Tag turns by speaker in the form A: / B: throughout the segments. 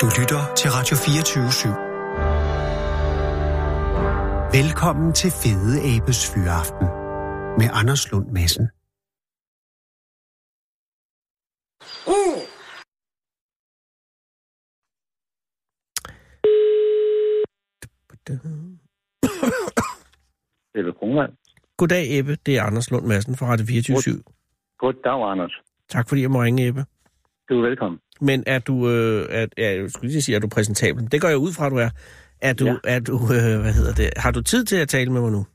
A: Du lytter til Radio 24 /7. Velkommen til Fede Abes Fyraften med Anders Lund Madsen.
B: Uh.
C: Ebbe Kronvald.
D: Goddag, Ebbe. Det er Anders Lund Madsen fra Radio 24 /7.
C: Goddag, Anders.
D: Tak fordi jeg må ringe, Ebbe.
C: Du er velkommen.
D: Men er du, øh, er, er, jeg skulle lige sige, er du præsentabel? Det går jeg ud fra, at du er. Er du, ja. er du øh, hvad hedder det, har du tid til at tale med mig nu?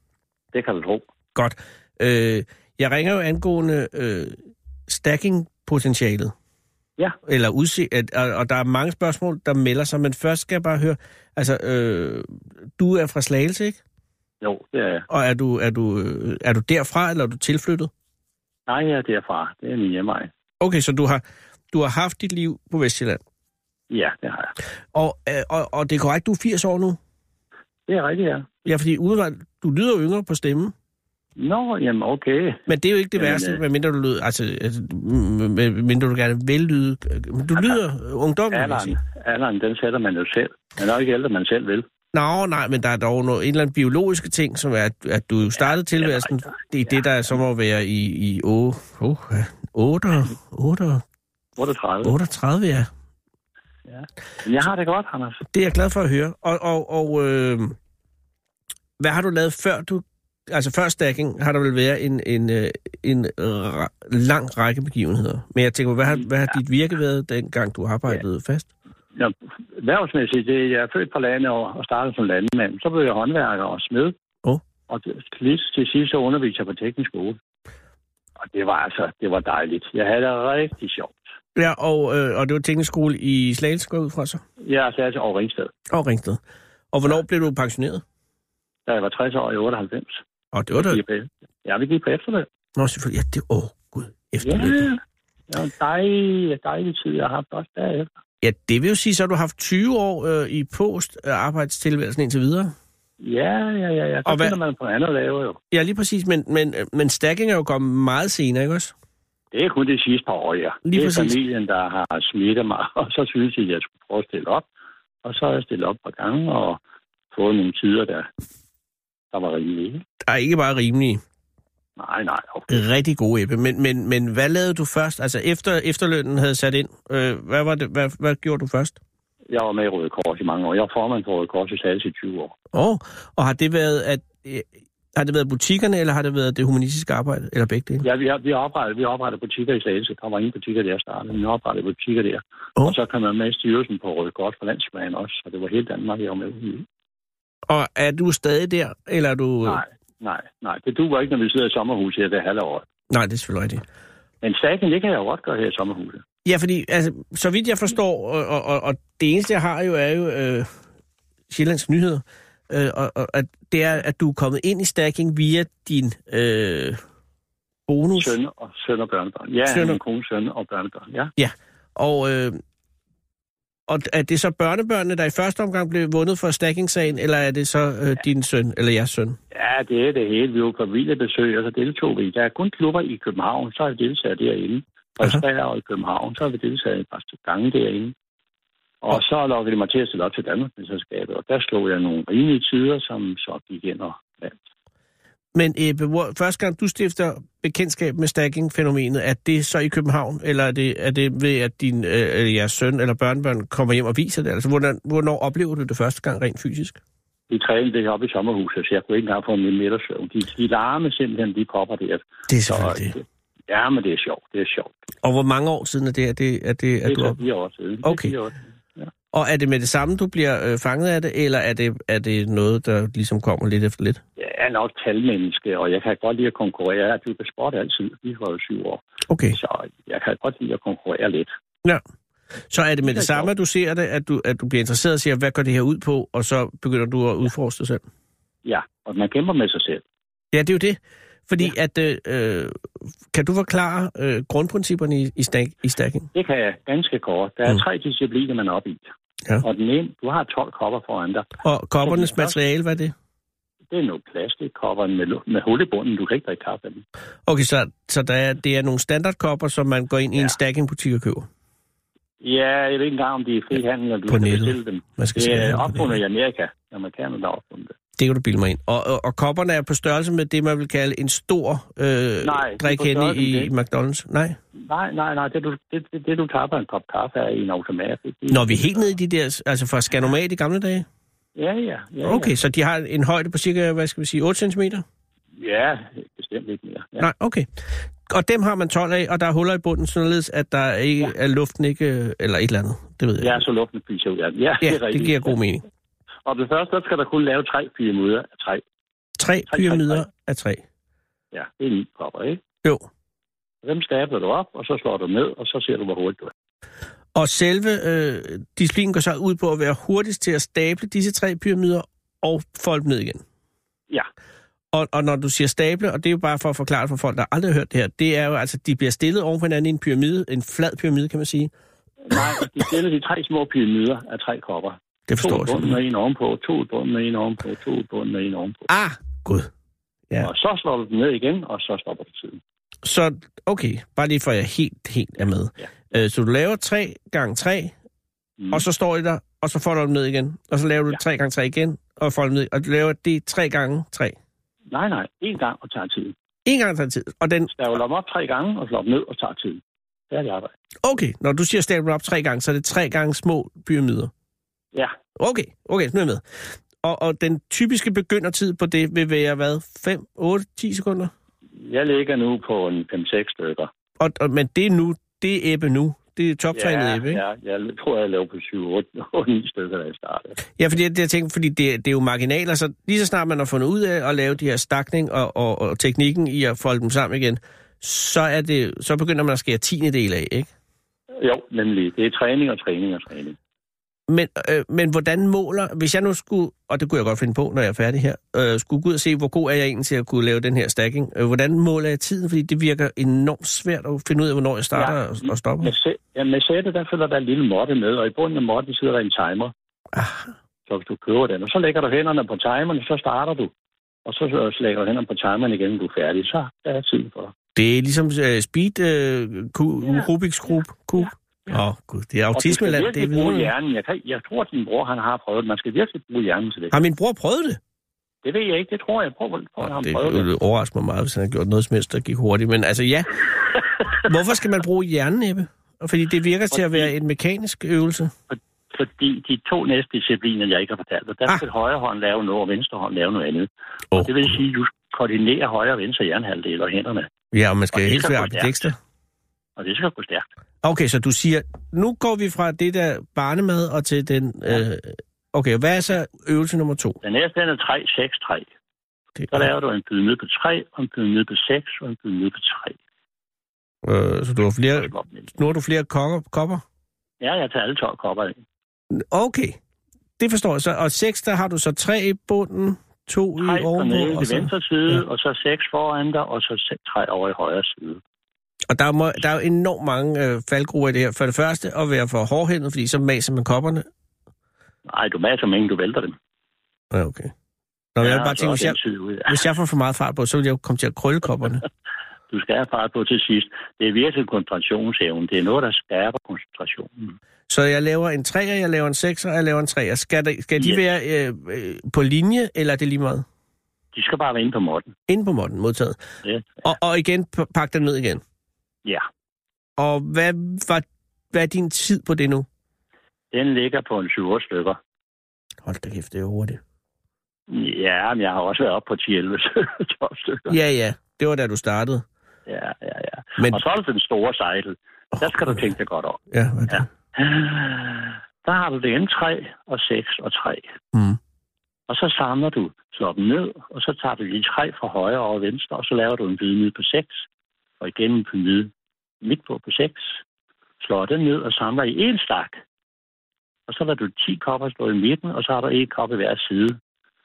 C: Det kan du tro.
D: Godt. Øh, jeg ringer jo angående øh, stacking-potentialet.
C: Ja.
D: Eller udsigt, at, og, og der er mange spørgsmål, der melder sig, men først skal jeg bare høre, altså, øh, du er fra Slagelse, ikke?
C: Jo, det er jeg.
D: Og er du, er du, øh, er du derfra, eller er du tilflyttet?
C: Nej, jeg er derfra. Det er min hjemmeej.
D: Okay, så du har, du har haft dit liv på Vestjylland?
C: Ja, det har jeg.
D: Og, øh, og, og det er korrekt, du er 80 år nu?
C: Det er rigtigt, ja.
D: Ja, fordi udenvejt, du lyder jo yngre på stemmen.
C: Nå, jamen okay.
D: Men det er jo ikke det jamen, værste, øh... mindre du lyder, altså, mindre du gerne vil lyde. øh, Du lyder ungdommelig,
C: vil jeg sige. Alderen, den sætter man jo selv. Man er jo ikke ældre, man selv vil.
D: Nå, nej, men der er dog noget, en eller anden biologiske ting, som er, at du startede tilværelsen i det, der så må være i, i oh, oh, 8, 8,
C: 38.
D: 38, ja.
C: ja. Men jeg har det godt, Anders.
D: Det er jeg glad for at høre. Og, og, og øh, hvad har du lavet før du... Altså før stacking har der vel været en, en, en, en lang række begivenheder. Men jeg tænker, hvad har, hvad har dit virke været, dengang du arbejdede ja. fast?
C: Ja, værvsmæssigt, det jeg er født på landet og, og startede som landmand. Så blev jeg håndværker og smed.
D: Oh.
C: Og det, lige til sidst så underviste jeg på teknisk skole. Og det var altså, det var dejligt. Jeg havde det rigtig sjovt.
D: Ja, og, øh, og det var teknisk skole i Slagelse, går ud fra så?
C: Ja, Slagelse og Ringsted.
D: Og Ringsted. Og hvornår ja. blev du pensioneret?
C: Da jeg var 60 år i 98.
D: Og det var det?
C: På, ja, vi gik på efterløn.
D: Nå, selvfølgelig. Ja, det åh, oh, gud. Efterløn.
C: Ja, det var en dejlig, dejlig tid, jeg har haft også derefter.
D: Ja, det vil jo sige, så har du haft 20 år øh, i post arbejdstilværelsen indtil videre.
C: Ja, ja, ja. ja. Så og hvad... finder man på andet at lave, jo.
D: Ja, lige præcis. Men, men, øh, men stacking er jo kommet meget senere, ikke også?
C: Det er kun de sidste par år, ja.
D: Lige
C: det er
D: præcis.
C: familien, der har smittet mig, og så synes jeg, at jeg skulle prøve at stille op. Og så har jeg stillet op par gange og fået nogle tider, der, der var rimelige.
D: Der er ikke bare rimelige.
C: Nej, nej.
D: Okay. Rigtig gode, Ebbe. Men, men, men hvad lavede du først? Altså, efter efterlønnen havde sat ind, øh, hvad, var det, hvad, hvad gjorde du først?
C: Jeg var med i Røde Kors i mange år. Jeg var formand for Røde Kors i Salles i 20 år.
D: Åh, oh, og har det været, at, øh, har det været butikkerne, eller har det været det humanistiske arbejde, eller begge dele?
C: Ja, vi har, vi har, oprettet, vi har oprettet butikker i Slagelse. Der var ingen butikker der startede, men vi har oprettet butikker der. Oh. Og så kom jeg med i styrelsen på Røde Kors på landsplan også, og det var hele Danmark, jeg var med i.
D: Og er du stadig der, eller er du...
C: Nej, nej, nej. Det duer ikke, når vi sidder i sommerhus her det halve år.
D: Nej, det er selvfølgelig rigtigt.
C: Men stakken, det kan jeg jo godt gøre her i sommerhuset.
D: Ja, fordi, altså, så vidt jeg forstår, og, og, og, og det eneste, jeg har jo, er jo øh, Sjællands Nyheder, øh, og, og at det er, at du er kommet ind i stacking via din øh, bonus.
C: Søn og, søn og børnebørn. Ja, søn og... min kone, søn og børnebørn, ja.
D: Ja, og, øh, og er det så børnebørnene, der i første omgang blev vundet for stacking-sagen, eller er det så øh, ja. din søn, eller jeres søn?
C: Ja, det er det hele. Vi var på besøg, og så deltog vi. Der er kun klubber i København, så har vi deltaget derinde. Og i Sverige i København, så har vi deltaget et par gange derinde. Og så lukkede de mig til at stille op til Danmarksmesterskabet, og der slog jeg nogle rimelige tider, som så gik ind og vandt.
D: Men Ebbe, hvor, første gang du stifter bekendtskab med stacking-fænomenet, er det så i København, eller er det, er det ved, at din, øh, jeres søn eller børnebørn kommer hjem og viser det? Altså, hvornår, hvornår oplever du det første gang rent fysisk?
C: De trænede det op i sommerhuset, så jeg kunne ikke engang få en middagssøvn. De, de larme simpelthen, de popper der.
D: Det er selvfølgelig
C: så, det. Ja, men det er sjovt. Det er sjovt.
D: øh, Og hvor mange år siden er det, at det, at det,
C: at det
D: er
C: du... fire år siden.
D: Okay.
C: Det
D: og er det med det samme, du bliver øh, fanget af det, eller er det, er det noget, der ligesom kommer lidt efter lidt?
C: Jeg er nok talmenneske, og jeg kan godt lide at konkurrere. Jeg har sport altid, lige fra syv år.
D: Okay.
C: Så jeg kan godt lide at konkurrere lidt.
D: Ja. Så er det med det, det samme, at du ser det, at du, at du bliver interesseret og siger, hvad går det her ud på, og så begynder du at udforske dig selv?
C: Ja, og man kæmper med sig selv.
D: Ja, det er jo det. Fordi ja. at, øh, kan du forklare øh, grundprincipperne i, i, stack, i stacking?
C: Det kan jeg ganske kort. Der er mm. tre discipliner, man er op i. Ja. Og den ene, du har 12 kopper foran dig.
D: Og koppernes materiale, hvad er det?
C: Det er nogle plastikkopper med, med hul i bunden. Du kan ikke drikke kaffe af dem.
D: Okay, så, så der er, det er nogle standardkopper, som man går ind ja. i en stacking-butik og køber?
C: Ja, jeg ved ikke engang, om de er frihandel, eller du
D: På
C: kan
D: nettet.
C: bestille dem.
D: Man skal
C: Det
D: selv have
C: er
D: det på
C: opfundet
D: nettet.
C: i Amerika. Amerikanerne, der har opfundet det.
D: Det kan du bilde mig ind. Og, og, og kopperne er på størrelse med det, man vil kalde en stor øh,
C: Nej, de er på
D: drik henne
C: størrelse
D: i,
C: med
D: i
C: det.
D: McDonald's. Nej.
C: Nej, nej, nej. Det, du, det, det, det du tapper en kop kaffe af i en automat. Det, det,
D: Når vi er helt nede i de der, altså fra Scanomat i gamle dage?
C: Ja, ja. ja
D: Okay, så de har en højde på cirka, hvad skal vi sige, 8 cm?
C: Ja, ja bestemt ikke mere. Ja.
D: Nej, okay. Og dem har man 12 af, og der er huller i bunden, således at der ikke ja.
C: Ja.
D: er luften ikke, eller et eller andet, det ved jeg
C: Ja,
D: ikke.
C: så luften fyser ud af den. Ja,
D: Ja,
C: er
D: det
C: rigtigt.
D: giver god mening.
C: Og det første, der skal der kun lave tre pyramider af træ.
D: Tre
C: tre,
D: pyramider af træ.
C: Ja, det er ni kopper, ikke?
D: Jo.
C: Dem stabler du op, og så slår du ned, og så ser du, hvor hurtigt du er.
D: Og selve øh, disciplinen går så ud på at være hurtigst til at stable disse tre pyramider og folde dem ned igen.
C: Ja,
D: Og, og når du siger stable, og det er jo bare for at forklare det for folk, der aldrig har hørt det her, det er jo altså, de bliver stillet oven på hinanden i en pyramide, en flad pyramide, kan man sige.
C: nej, de stiller de tre små pyramider af tre kopper.
D: Det
C: To
D: forstår
C: i
D: jeg.
C: bunden
D: simpelthen.
C: og en ovenpå, to i bunden og en ovenpå, to i bunden og en ovenpå.
D: Ah, gud. Ja.
C: Ja. Og så slår du den ned igen, og så stopper du tiden.
D: Så, okay, bare lige for at jeg helt, helt er med. Ja. Øh, så du laver 3 gange 3, mm.
C: Mm.
D: og så står I der, og så folder du dem ned igen. Og så laver du
C: Ja.
D: 3 gange 3 igen, og folder dem ned. Og du laver det 3 gange 3.
C: Nej, nej, en gang og tager tid.
D: En gang tager tid. Og den,
C: Stavler dem op tre gange og slår dem ned og tager tid. Det er det arbejde.
D: okay, når du siger stablet op 3 gange, så er det 3 gange små pyramider.
C: Ja,
D: Okay, okay, nu er jeg med. Og, og den typiske begyndertid på det vil være hvad? 5, 8, 10 sekunder?
C: jeg ligger nu på en 5-6 stykker.
D: Og, og, men det er nu, det er æbbe nu. Det er toptrænet
C: ja,
D: æbbe, ikke?
C: ja, jeg tror, jeg lavede på 7-8 stykker, da jeg startede.
D: Ja, fordi det, jeg tænkte, fordi det, det er jo marginaler, så lige så snart man har fundet ud af at lave de her stakning og, og, og teknikken i at folde dem sammen igen, så, er det, så begynder man at skære tiende del af, ikke?
C: Jo, nemlig. Det er træning og træning og træning.
D: Men, øh, men hvordan måler, hvis jeg nu skulle, og det kunne jeg godt finde på, når jeg er færdig her, øh, skulle gå ud og se, hvor god er jeg egentlig til at kunne lave den her stacking, øh, hvordan måler jeg tiden? Fordi det virker enormt svært at finde ud af, hvornår jeg starter ja. og, og stopper.
C: Med, sæ- ja, med sættet, der følger der en lille måtte med, og i bunden af måtten sidder der en timer.
D: Ah,
C: Så hvis du køber den, og så lægger du hænderne på timeren, så starter du. Og så, så lægger du hænderne på timeren igen, når du er færdig. Så er der tid for dig.
D: det er ligesom øh, speed, øh, ku,
C: Ja.
D: Rubik's Cube. Åh, ja. oh, gud, det er
C: Og du skal
D: autismeland, det er
C: virkelig bruge
D: vidunderligt.
C: hjernen. Jeg, kan, jeg tror, at din bror han har prøvet det. Man skal virkelig bruge hjernen til det.
D: Har min bror prøvet det?
C: Det ved jeg ikke. Det tror jeg. Prøv, prøv, prøv,
D: Nå,
C: han
D: Ah, det
C: prøvet det.
D: ville overraske mig meget, hvis han havde gjort noget som helst, der gik hurtigt. Men altså ja, hvorfor skal man bruge hjernen, Ebbe? Fordi det virker til at være en mekanisk øvelse.
C: Fordi de to næste discipliner, jeg ikke har fortalt dig, der
D: Ah. Oh.
C: skal højre hånd lave noget, og venstre hånd lave noget andet.
D: Åh.
C: Og det vil sige, at du koordinerer højre og venstre jernhalvdel og hænderne.
D: Ja, og man
C: Og
D: skal
C: det
D: helt
C: skal
D: være
C: gå stærkt.
D: arkitekter.
C: Og det skal gå stærkt.
D: Okay, så du siger, nu går vi fra det der barnemad og til den... Øh, okay, hvad er så øvelse nummer to?
C: Den næste den er 3, 6, 3.
D: Det
C: Så laver du en pyramide på 3, og en pyramide på 6, og en pyramide på 3.
D: øh, så du har flere,
C: Så slår den ind.
D: nu har du flere kokker, kopper?
C: Ja, jeg tager alle 12 kopper ind.
D: Okay, det forstår jeg så. Og seks, der har du så tre i bunden, to i
C: 3 på nede
D: ovenpå, og,
C: til
D: så,
C: venstre side,
D: Ja.
C: og så 6 foran dig, og så 3 over i højre side.
D: og der, må, der er jo enormt mange øh, faldgruer i det her. For det første at være for hårdhændet, fordi så maser man kopperne,
C: Nej, du maser dem ikke, du vælter dem.
D: Ja, okay. Nå, ja, jeg vil bare
C: så
D: tænke,
C: er
D: hvis
C: den
D: jeg,
C: side ud.
D: hvis jeg får for meget fart på, så vil jeg jo komme til at krølle kopperne.
C: Du skal have fart på til sidst. Det er virkelig koncentrationsevnen. Det er noget, der skærper koncentrationen.
D: Så jeg laver en 3'er, jeg laver en 6'er, jeg laver en 3'er. Skal, der, skal de
C: Yes.
D: være øh, øh, på linje, eller er det lige meget?
C: De skal bare være inde på måtten.
D: Inde på måtten, modtaget.
C: Ja.
D: Og, og igen, p- pak den ned igen.
C: ja.
D: Og hvad, var, hvad er din tid på det nu?
C: Den ligger på en 7 stykker.
D: Hold da kæft, det er hurtigt.
C: Ja, men jeg har også været oppe på 10-11 stykker.
D: Ja, ja, det var da du startede.
C: Ja, ja, ja.
D: Men,
C: Og så er der den store sejl. Der skal du tænke dig godt over.
D: ja, hvad er det?
C: Ja. Der har du det ene 3 og 6 og 3.
D: Mm.
C: Og så samler du, slår dem ned, og så tager du de tre fra højre over venstre, og så laver du en pyramide på 6, og igen en pyramide midt på på 6. Slår den ned og samler i en stak. Og så lader du 10 kopper stå i midten, og så har du en kop i hver side.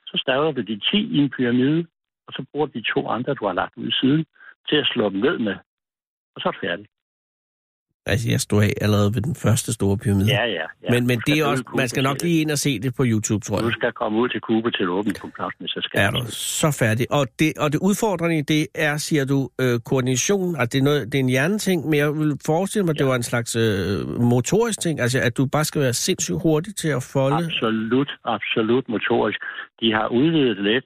C: Så stavler du de 10 i en pyramide, og så bruger du de to andre, du har lagt ud i siden, til at slå dem ned med. Og så er du færdig.
D: Altså, jeg stod af allerede ved den første store pyramide.
C: Ja, ja. ja.
D: Men, men
C: Du
D: det er
C: skal
D: også,
C: ud i
D: man skal
C: Cuba
D: nok
C: til
D: lige ind og se det på YouTube, tror
C: det.
D: jeg.
C: Du skal komme ud til Kube til et åbent konklart, hvis jeg skal.
D: er du så færdig. Og det, og det udfordrende i det er, siger du, øh, koordination. Altså, det, er noget, det er en hjerneting, men jeg vil forestille mig, at det var en slags øh, motorisk ting. Altså, at du bare skal være sindssygt hurtig til at folde.
C: Absolut, absolut motorisk. De har udvidet lidt.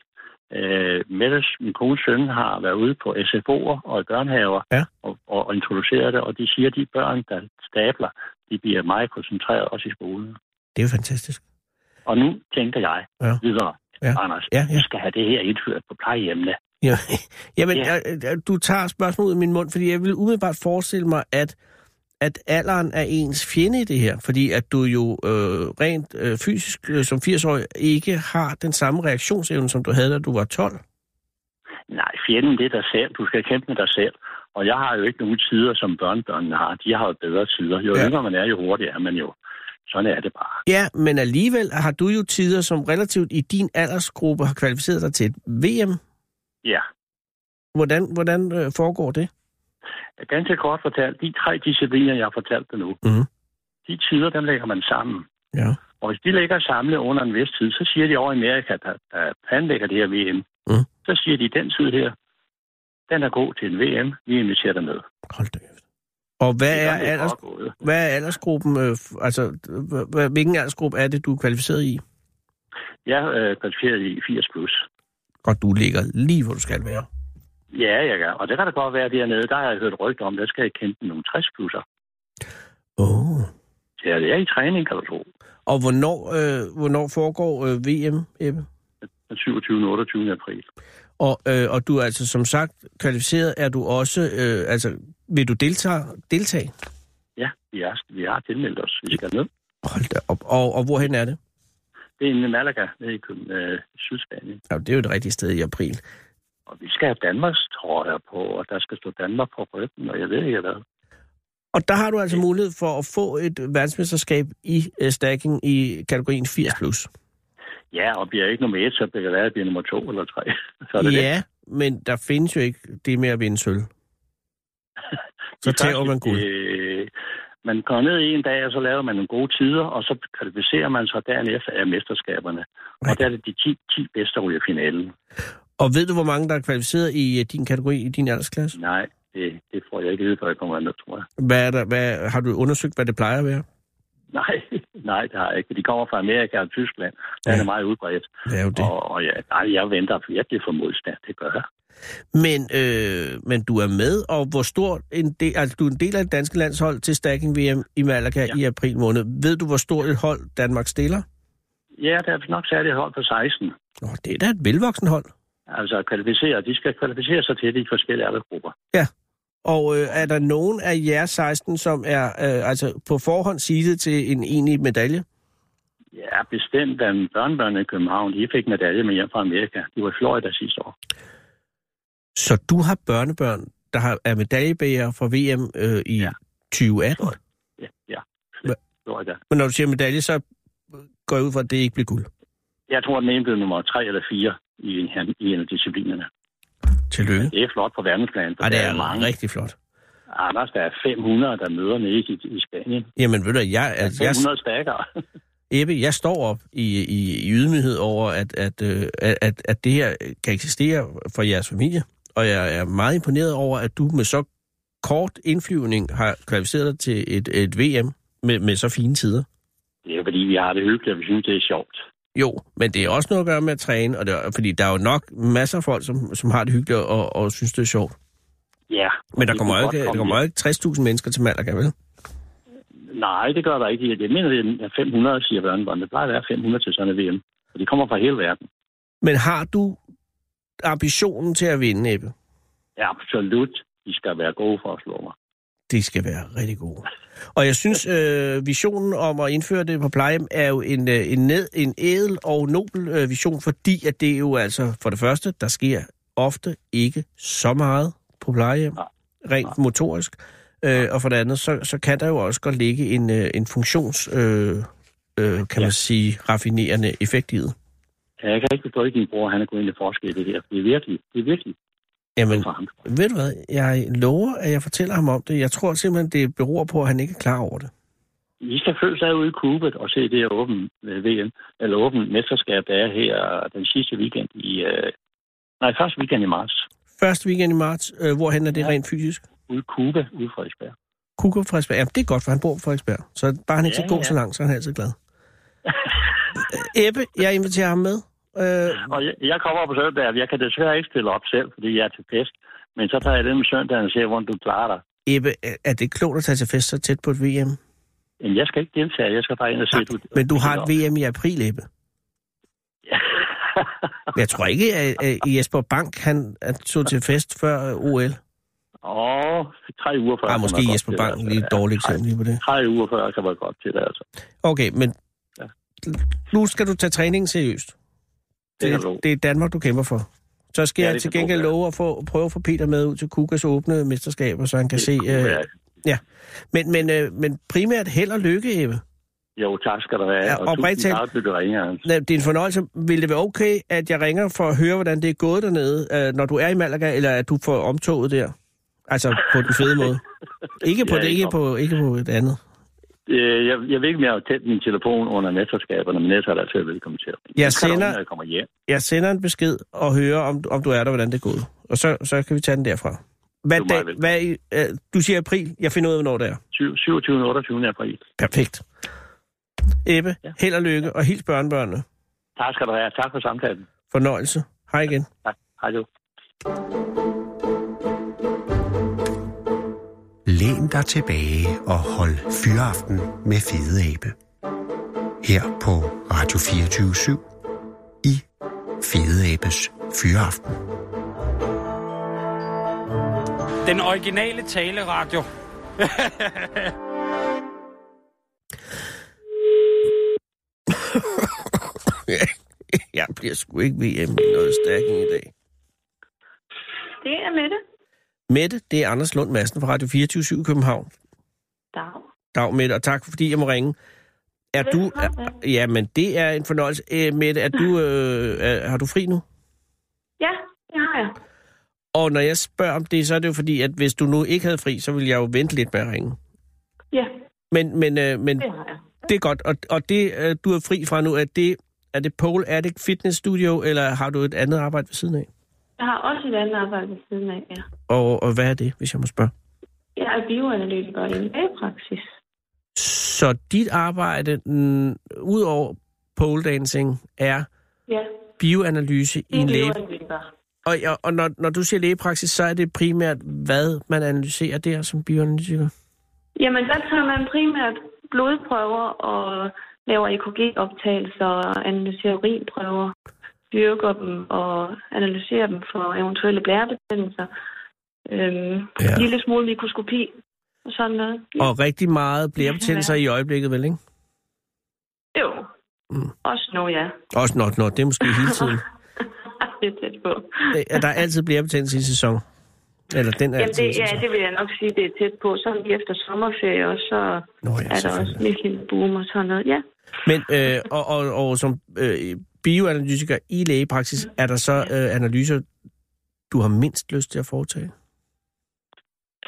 C: Øh, Mettes, min kones søn, har været ude på SFO'er og i børnehaver
D: Ja.
C: og, og, og introduceret det, og de siger, at de børn, der stabler, de bliver meget koncentreret også i skolen.
D: Det er jo fantastisk.
C: Og nu tænker jeg
D: Ja.
C: videre,
D: Ja.
C: Anders,
D: Ja, ja.
C: vi skal have det her indført på plejehjemmene.
D: Ja. Jamen,
C: Ja.
D: ja. Jeg, jeg, du tager spørgsmålet ud af min mund, fordi jeg vil umiddelbart forestille mig, at, at alderen er ens fjende i det her. Fordi at du jo øh, rent øh, fysisk øh, som 80-årig ikke har den samme reaktionsevne, som du havde, da du var 12.
C: Nej, fjenden det er dig selv. Du skal kæmpe med dig selv. Og jeg har jo ikke nogen tider, som børnebørnene har. De har jo bedre tider. Jo
D: Ja.
C: ja. yngre man er, jo hurtigere er man jo. Sådan er det bare.
D: Ja, men alligevel har du jo tider, som relativt i din aldersgruppe har kvalificeret dig til et VM.
C: Ja.
D: Hvordan, hvordan øh, foregår det?
C: Ganske kort fortalt, de tre discipliner, jeg har fortalt dig nu,
D: Mhm.
C: de tider, dem lægger man sammen.
D: Ja.
C: Og hvis de ligger samlet under en vis tid, så siger de over i Amerika, der, der planlægger det her VM,
D: Mhm.
C: så siger de, den tid her, den er god til en VM, vi inviterer dig med.
D: Hold da kæft. Og hvad
C: Det er
D: er,
C: sådan, det er
D: alders,
C: foregået.
D: hvad er aldersgruppen, øh, f- altså h- h- hvilken aldersgruppe er det, du er kvalificeret i?
C: Jeg er øh, kvalificeret i 80+. plus.
D: Og du ligger lige, hvor du skal være.
C: Ja, jeg kan. Og det kan da godt være dernede. Der har jeg hørt rygter om, der skal jeg kæmpe nogle 60-plusser.
D: Åh. Oh.
C: Ja, det er i træning, kan du tro.
D: Og hvornår, øh, hvornår foregår øh, VM, Ebbe?
C: Den 27. og 28. april.
D: Og, øh, og du er altså som sagt kvalificeret, er du også, øh, altså vil du deltage? deltage?
C: Ja, vi, er, vi har tilmeldt os. Vi skal ned.
D: Hold da op. Og, og hvorhen er det?
C: Det er en Malaga nede i Køben- øh, Sydspanien.
D: Ja, det er jo det rigtige sted i april.
C: Og vi skal have Danmarks trøjer på, og der skal stå Danmark på ryggen, og jeg ved ikke hvad.
D: Og der har du altså mulighed for at få et verdensmesterskab i uh, stacking i kategorien 80+. Plus.
C: Ja, og bliver jeg ikke nummer et, så bliver det være, at jeg bliver nummer to eller tre. Så er det det.
D: Ja, men der findes jo ikke det med at vinde sølv. Så
C: De
D: tager
C: første,
D: man guld.
C: Øh, man går ned en dag, og så laver man nogle gode tider, og så kvalificerer man sig dernæst af mesterskaberne.
D: Nej.
C: Og der er det de 10, 10 bedste, der ryger i finalen.
D: Og ved du, hvor mange, der er kvalificeret i øh, din kategori, i din aldersklasse?
C: Nej, det, det får jeg ikke vide, før jeg kommer ned, tror jeg.
D: Hvad er der, hvad, har du undersøgt, hvad det plejer at være?
C: Nej, nej, det har jeg ikke. De kommer fra Amerika og Tyskland. Der er
D: Ja.
C: det meget udbredt.
D: Det er jo det.
C: Og, og ja, nej, jeg venter virkelig for modstand. Det gør jeg.
D: Men, øh, men du er med, og hvor stor en del, altså du er en del af det danske landshold til stacking VM i Malaga ja.
C: Ja.
D: i april måned. Ved du, hvor stort et hold Danmark stiller?
C: Ja, der er nok særligt hold på 16.
D: Nå, det er da et velvoksen hold.
C: Altså kvalificere. De skal kvalificere sig til de forskellige aldersgrupper.
D: Og øh, er der nogen af jer 16, som er øh, altså på forhånd seedet til en enig medalje?
C: Ja, bestemt, at børnebørnene i København, de fik medalje med hjem fra Amerika. De var i Florida sidste år.
D: Så du har børnebørn, der har, er medaljebæger fra VM øh, i ja.
C: Ja.
D: 2018.
C: Ja, ja.
D: Hva-
C: Florida.
D: Men når du siger medalje, så går jeg ud fra, at det ikke bliver guld.
C: Jeg tror, den ene blev nummer 3 eller 4 i en, han- i en af disciplinerne.
D: Tillykke.
C: Det er flot på verdensplan. for
D: Ej, det
C: der
D: er rigtig flot.
C: Anders, der er 500, der møder nede i, i Spanien.
D: Jamen ved du, jeg, altså, jeg,
C: 500 stakkere.
D: Ebbe, jeg står op i, i, i ydmyghed over, at, at, øh, at, at det her kan eksistere for jeres familie. Og jeg er meget imponeret over, at du med så kort indflyvning har kvalificeret dig til et, et VM med, med så fine tider.
C: Det er jo, fordi, vi har det hyggeligt, og vi synes, det er sjovt.
D: Jo, men det er også noget at gøre med at træne, og det er, fordi der er jo nok masser af folk, som, som har det hyggeligt og, og synes, det er sjovt.
C: Ja.
D: Men der
C: Vi
D: kommer
C: kunne
D: jo
C: godt
D: ikke, der
C: komme
D: kommer jo
C: lidt-
D: ikke 60.000 mennesker til Malaga, vel?
C: Nej, det gør der ikke. Det mener, det er 500, siger børnebørn. Det plejer at være 500 til sådan en VM. Og de kommer fra hele verden.
D: Men har du ambitionen til at vinde, Ebbe?
C: Ja, absolut. De skal være gode for at slå mig.
D: Det skal være rigtig gode. Og jeg synes, øh, visionen om at indføre det på plejehjem er jo en, øh, en, ned, en ædel og nobel øh, vision, fordi at det jo altså, for det første, der sker ofte ikke så meget på plejehjem,
C: Nej.
D: rent motorisk. Øh, og for det andet, så, så kan der jo også godt ligge en, øh, en funktions, øh, øh, kan man
C: Ja.
D: sige, raffinerende effekt i det.
C: Ja, Jeg kan ikke forstå, at din bror han er gået ind i forskel i det her. Det er virkelig, det er virkelig
D: Jamen,
C: for ham.
D: ved du hvad? Jeg lover, at jeg fortæller ham om det. Jeg tror simpelthen, det beror på, at han ikke er klar over det.
C: I skal følge sig ude i Kubet og se det her åben øh, VM, eller åben mesterskab, der er her den sidste weekend i... Øh, nej, første weekend i marts.
D: Første weekend i marts, øh, hvorhen er det
C: Ja.
D: rent fysisk?
C: Ude i Kuba, ude i Frederiksberg.
D: Kukker på Frederiksberg. Jamen, det er godt, for han bor på Frederiksberg. Så bare han ikke
C: Ja,
D: skal gå
C: ja.
D: så langt, så er han altid glad. Øh, Ebbe, jeg inviterer ham med. Øh,
C: Og jeg, jeg kommer på søndag, og jeg kan desværre ikke stille op selv, fordi jeg er til fest. Men så tager jeg det med søndagen og ser, hvordan du klarer dig.
D: Ebbe, er- er det klogt at tage til fest så tæt på et VM?
C: Men jeg skal ikke deltage, jeg skal bare ind og se...
D: Nej, Men du har et
C: vi...
D: VM i april, Ebbe. Men Jeg tror ikke, at at Jesper Bank han at så til fest før øh, OL.
C: Åh, tre uger før...
D: Ah,
C: kan man
D: måske
C: godt
D: Jesper
C: tillade
D: Bank
C: sig.
D: lige et dårligt
C: Ja,
D: eksempel lige på det.
C: Tre, tre uger før kan man godt til det, altså.
D: Okay, men
C: Ja.
D: nu skal du tage træningen seriøst.
C: Det kan
D: Det,
C: jeg love.
D: det er Danmark, du kæmper for. Så skal
C: Ja,
D: ja, jeg
C: det
D: til
C: kan
D: gengæld
C: godt være.
D: love at få, prøve at få Peter med ud til Kukas åbne mesterskaber, så han kan
C: Det
D: se...
C: kunne
D: Øh,
C: være-
D: men, men, øh, men primært held og lykke, Ebbe.
C: Jo, tak skal du have.
D: Ja,
C: og
D: og bredt
C: tusind
D: talt-
C: tak, fordi du ringer. Hans.
D: Nej, Det er en fornøjelse. Vil det være okay, at jeg ringer for at høre, hvordan det er gået dernede, øh, når du er i Malaga, eller at du får omtoget der? Altså på den fede måde. Ikke på,
C: Ja,
D: det,
C: ikke
D: ikke på, ikke på et andet.
C: Øh, jeg, jeg ved ikke, om jeg har tændt min telefon under mesterskaberne, men ellers er der altid velkommen til.
D: Jeg
C: Det kan du,
D: sender-
C: når jeg kommer hjem.
D: Jeg sender en besked og hører, om, om du er der, hvordan det er gået. Og så, så kan vi tage den derfra. Hvad
C: Du er
D: dag,
C: meget velkommen.
D: hvad, i- øh, du siger april. Jeg finder ud af, hvornår det er.
C: 20 27. 28. april.
D: Perfekt. Ebbe,
C: Ja.
D: held og lykke, og hils børnebørnene.
C: Tak skal du have. Tak for samtalen.
D: Fornøjelse. Hej igen.
C: Tak. Hej du.
A: Læn dig tilbage og hold fyraften med Fede Abe. Her på Radio 24 i Fede Abes Fyraften.
E: Den originale taleradio.
D: Jeg bliver sgu ikke VM i noget stærking i dag.
F: Det er Mette.
D: Mette, det er Anders Lund Madsen fra Radio 24 i København.
F: Dag.
D: Dag, Mette, og tak fordi jeg må ringe. Er du... Er,
F: Velkommen.
D: ja, men det er en fornøjelse. Æ, Mette, er du, øh, er, har du fri nu?
F: Ja, det har jeg.
D: Og når jeg spørger om det, så er det jo fordi, at hvis du nu ikke havde fri, så ville jeg jo vente lidt med at ringe.
F: Ja,
D: Men, men, øh, men
F: det har jeg.
D: det er godt, og, og det, øh, du er fri fra nu, er det, er det Pole Addict Fitness Studio, eller har du et andet arbejde ved siden af?
F: Jeg har også et andet arbejde ved siden af. Ja.
D: Og, og hvad er det, hvis jeg må spørge?
F: Jeg er bioanalytiker i en lægepraksis.
D: Så dit arbejde, mm, ud over pole dancing, er
F: Ja,
D: bioanalyse i en læge.
F: bioanalytiker.
D: Og, og, og når, når du siger lægepraksis, så er det primært, hvad man analyserer der som bioanalytiker?
F: Jamen, der tager man primært blodprøver og laver EKG-optagelser og analyserer urinprøver, dyrker dem og analyserer dem for eventuelle blærebetændelser, øhm,
D: Ja.
F: ja. en lille smule mikroskopi og sådan noget. Ja.
D: Og rigtig meget blærebetændelser i øjeblikket, vel ikke?
F: Jo,
D: Mm.
F: mm. også nu, ja.
D: Også not, not, det er måske hele tiden.
F: det er tæt på.
D: Øh, Er der altid blærebetændelse i sæson? Eller den er
F: Jamen
D: altid
F: det,
D: i
F: ja,
D: sæson?
F: det vil jeg nok sige, det er tæt på. Sådan lige efter sommerferie, og så
D: Nå, ja,
F: er der
D: selvfølgelig.
F: også Michelin-boom og sådan noget. Ja,
D: Men, øh, og, og, og som øh, bioanalytiker i
F: Mm.
D: lægepraksis, er der så øh, analyser, du har mindst lyst til at foretage?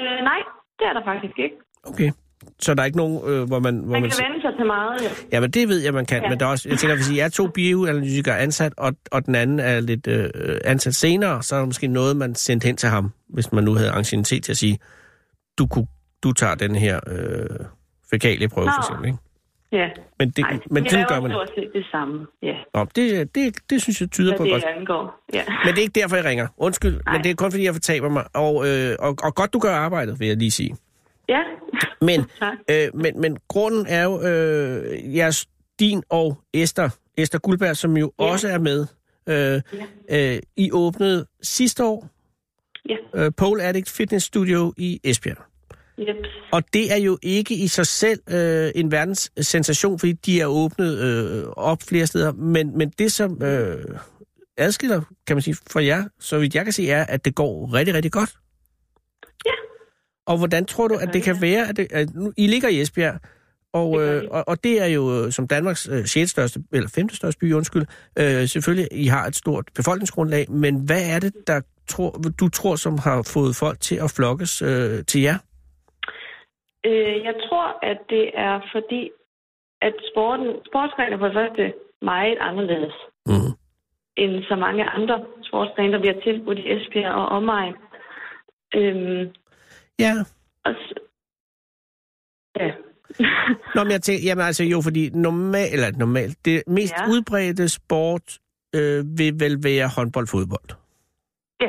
F: øh, nej, det er der faktisk ikke.
D: Okay. Så der er ikke nogen, øh, hvor man... Hvor
F: Man
D: man
F: kan vende sig til meget. Ja.
D: ja, men det ved jeg, man kan. Ja.
F: Ja.
D: Men der er også, jeg tænker, hvis I er to bioanalytikere ansat, og, og den anden er lidt øh, ansat senere, så er der måske noget, man sendte hen til ham, hvis man nu havde anciennitet til at sige, du, kunne, du tager den her øh, fækalie prøve, for
F: Nå.
D: eksempel. Ikke?
F: ja.
D: Men, det,
F: nej,
D: men
F: det
D: det
F: er
D: gør
F: jo
D: man ikke.
F: stort set det samme. Ja,
D: Nå, det, det, det synes jeg tyder
F: hvad
D: på
F: det
D: godt.
F: angår. Ja.
D: Men det er ikke derfor, jeg ringer. Undskyld,
F: Nej.
D: men det er kun fordi, jeg fortaber mig. Og, øh, og, og godt, du gør arbejdet, vil jeg lige sige.
F: ja.
D: Men,
F: Tak.
D: øh, men, men grunden er jo øh, jeres, din og Esther, Esther Guldberg, som jo
F: Ja.
D: også er med. Øh, øh, I åbnede sidste år
F: Ja.
D: øh, Pole Addict Fitness Studio i Esbjerg.
F: Yep.
D: Og det er jo ikke i sig selv øh, en verdens sensation, fordi de er åbnet øh, op flere steder. Men, men det, som øh, adskiller, kan man sige, for jer, så vidt jeg kan se, er, at det går rigtig, rigtig godt.
F: Ja.
D: Og hvordan tror du, at det kan være, at, det, at nu, I ligger i Esbjerg, og,
F: Det gør
D: øh,
F: vi.
D: og, og det er jo øh, som Danmarks øh, 6. største, eller 5. største by, undskyld, øh, selvfølgelig, I har et stort befolkningsgrundlag, men hvad er det, der tror, du tror, som har fået folk til at flokkes øh, til jer?
F: Øh, jeg tror, at det er fordi, at sporten, sportsgrene for det første er meget anderledes
D: Mm.
F: end så mange andre sportsgrene, der bliver tilbudt i Esbjerg og omegn. Øhm,
D: Ja.
F: og s- ja.
D: Nå, men jeg tænker, jamen altså jo, fordi normalt, eller normalt, det mest ja.
F: Ja.
D: udbredte sport øh, vil vel være håndbold-fodbold.
F: ja,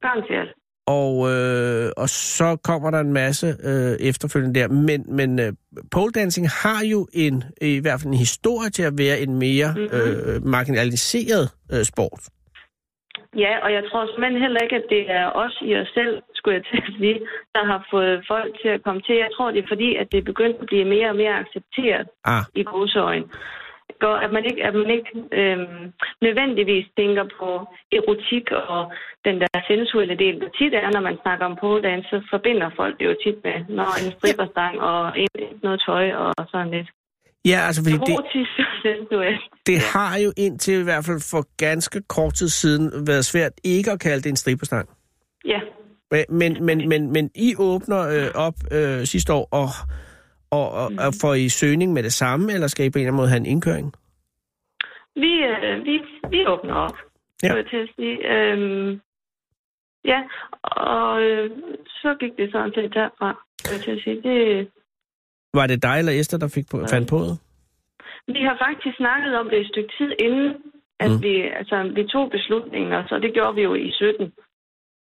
F: garanteret.
D: Og, øh, og så kommer der en masse øh, efterfølgende der. Men, men øh, pole dancing har jo en, i hvert fald en historie til at være en mere mm-hmm. øh, marginaliseret øh, sport.
F: Ja, og jeg tror simpelthen heller ikke, at det er os i os selv, skulle jeg til at sige, der har fået folk til at komme til. Jeg tror, det er fordi, at det er begyndt at blive mere og mere accepteret
D: Ah,
F: i godsøjen. Går, at man ikke, at man ikke øhm, nødvendigvis tænker på erotik og den der sensuelle del, der tit er, når man snakker om pole dance, så forbinder folk det jo tit med, når en stripperstang og en, noget tøj og sådan lidt.
D: ja, altså fordi det,
F: Erotisk og sensuelt.
D: det har jo indtil i hvert fald for ganske kort tid siden været svært ikke at kalde det en striberstang.
F: Ja,
D: Men, men, men, men, men I åbner øh, op øh, sidste år, og, og, og,
F: Mm.
D: og får I søgning med det samme, eller skal I på en eller anden måde have en indkøring?
F: vi, øh, vi, vi åbner op,
D: Ja.
F: ja. skulle jeg til at sige. Øhm, ja, og øh, så gik det sådan set derfra, skulle jeg til at sige. Det,
D: Var det dig eller Esther, der fik på, fandt på det?
F: Vi har faktisk snakket om det et stykke tid inden, at
D: Mm.
F: mm. vi, altså, vi tog beslutningen, og så det gjorde vi jo i 17,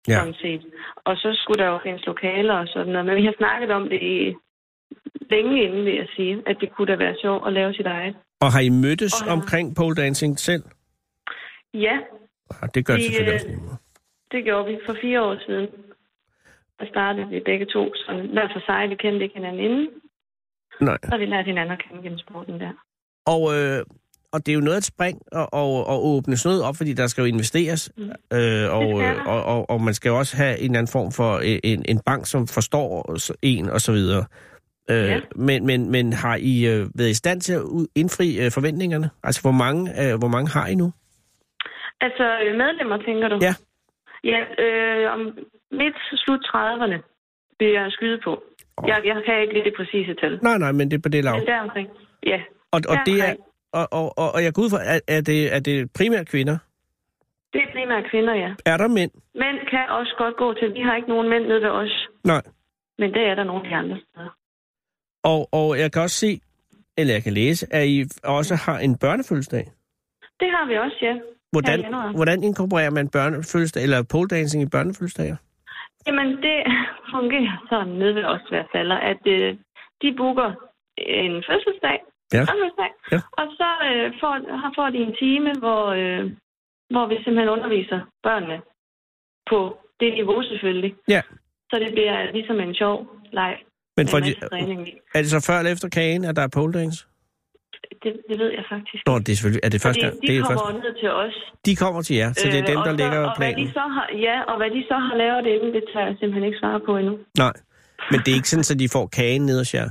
F: ja. sådan set. Og så skulle der jo findes lokaler og sådan noget, men vi har snakket om det i længe inden, vil jeg sige, at det kunne da være sjovt at lave sit eget.
D: Og har I mødtes
F: Og
D: oh, ja.
F: har-
D: omkring pole dancing selv?
F: Ja,
D: Ah, det gør det
F: Vi,
D: selvfølgelig
F: øh,
D: også nemmere.
F: det gjorde vi for fire år siden. Der startede vi begge to, så hver for sig, vi kendte ikke hinanden inden,
D: Nej.
F: så har vi lært hinanden at kende gennem sporten der.
D: Og, øh, og det er jo noget at springe og, og, og åbne sådan noget op, fordi der skal jo investeres, øh, og,
F: Mm. Det
D: øh,
F: skal der.
D: og, og, og man skal jo også have en eller anden form for øh, en, en bank, som forstår en og så videre. Øh,
F: Ja.
D: men, men, men har I øh, været i stand til at ud- indfri øh, forventningerne? Altså, hvor mange, øh, hvor mange har I nu?
F: Altså øh, medlemmer, tænker du?
D: Ja.
F: Ja, øh, om midt slut 30'erne vil jeg skyde på.
D: Åh.
F: Oh. Jeg, jeg kan ikke lige det præcise tal.
D: Nej, nej, men det er på det lav.
F: Men deromkring. Ja.
D: Og, og, det er,
F: deromkring.
D: og, og, og, og jeg går ud fra, at er det, er det primært kvinder?
F: Det er primært kvinder, ja.
D: Er der mænd?
F: Mænd kan også godt gå til. Vi har ikke nogen mænd nede ved os,
D: Nej.
F: men det er der nogle af de andre steder.
D: Og, og jeg kan også se, eller jeg kan læse, at I også har en børnefødselsdag.
F: Det har vi også, ja.
D: Hvordan,
F: Ja, i januar.
D: hvordan inkorporerer man børnefødselsdag, eller pole dancing i børnefødselsdager?
F: Jamen, det fungerer sådan nede ved os i hvert fald, at øh, de booker en fødselsdag,
D: Ja.
F: en fødselsdag
D: Ja.
F: og så øh, får, har, får de en time, hvor, øh, hvor vi simpelthen underviser børnene på det niveau selvfølgelig.
D: Ja.
F: Så det bliver ligesom en sjov leg
D: Men
F: med
D: for
F: en
D: de,
F: masse træning i.
D: er det så før eller efter kagen, at der er pole dance?
F: Det, det ved jeg faktisk
D: Nå, det er selvfølgelig... Er det første
F: Fordi
D: gang?
F: de
D: det er
F: kommer
D: første.
F: ned til os.
D: De kommer til jer, så det er
F: øh,
D: dem,
F: og
D: der
F: så-
D: lægger
F: og hvad de
D: planen.
F: så har, Ja, og hvad de så har lavet inden, det tør jeg simpelthen ikke svare på endnu.
D: Nej, men det er ikke sådan, at de får kagen ned hos jer.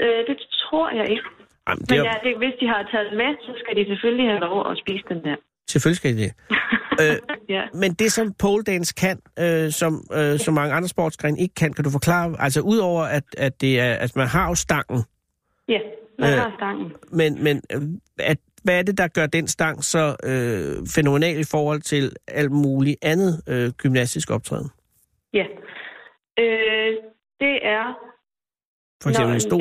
F: Øh, det tror jeg ikke.
D: Jamen, det
F: Men
D: er,
F: ja, det, hvis de har taget den med, så skal de selvfølgelig have lov at spise den der.
D: Selvfølgelig skal de det. øh,
F: ja.
D: men det, som pole dance kan, øh, som, øh, som mange andre sportsgrene ikke kan, kan du forklare? Altså, udover at, at, det er, at man har jo stangen,
F: ja, man
D: Øh.
F: har stangen.
D: Men, men øh, at, hvad er det, der gør den stang så øh, fænomenal i forhold til alt muligt andet øh, gymnastisk optræden?
F: Ja. Øh, det er...
D: For eksempel
F: når-
D: en stol,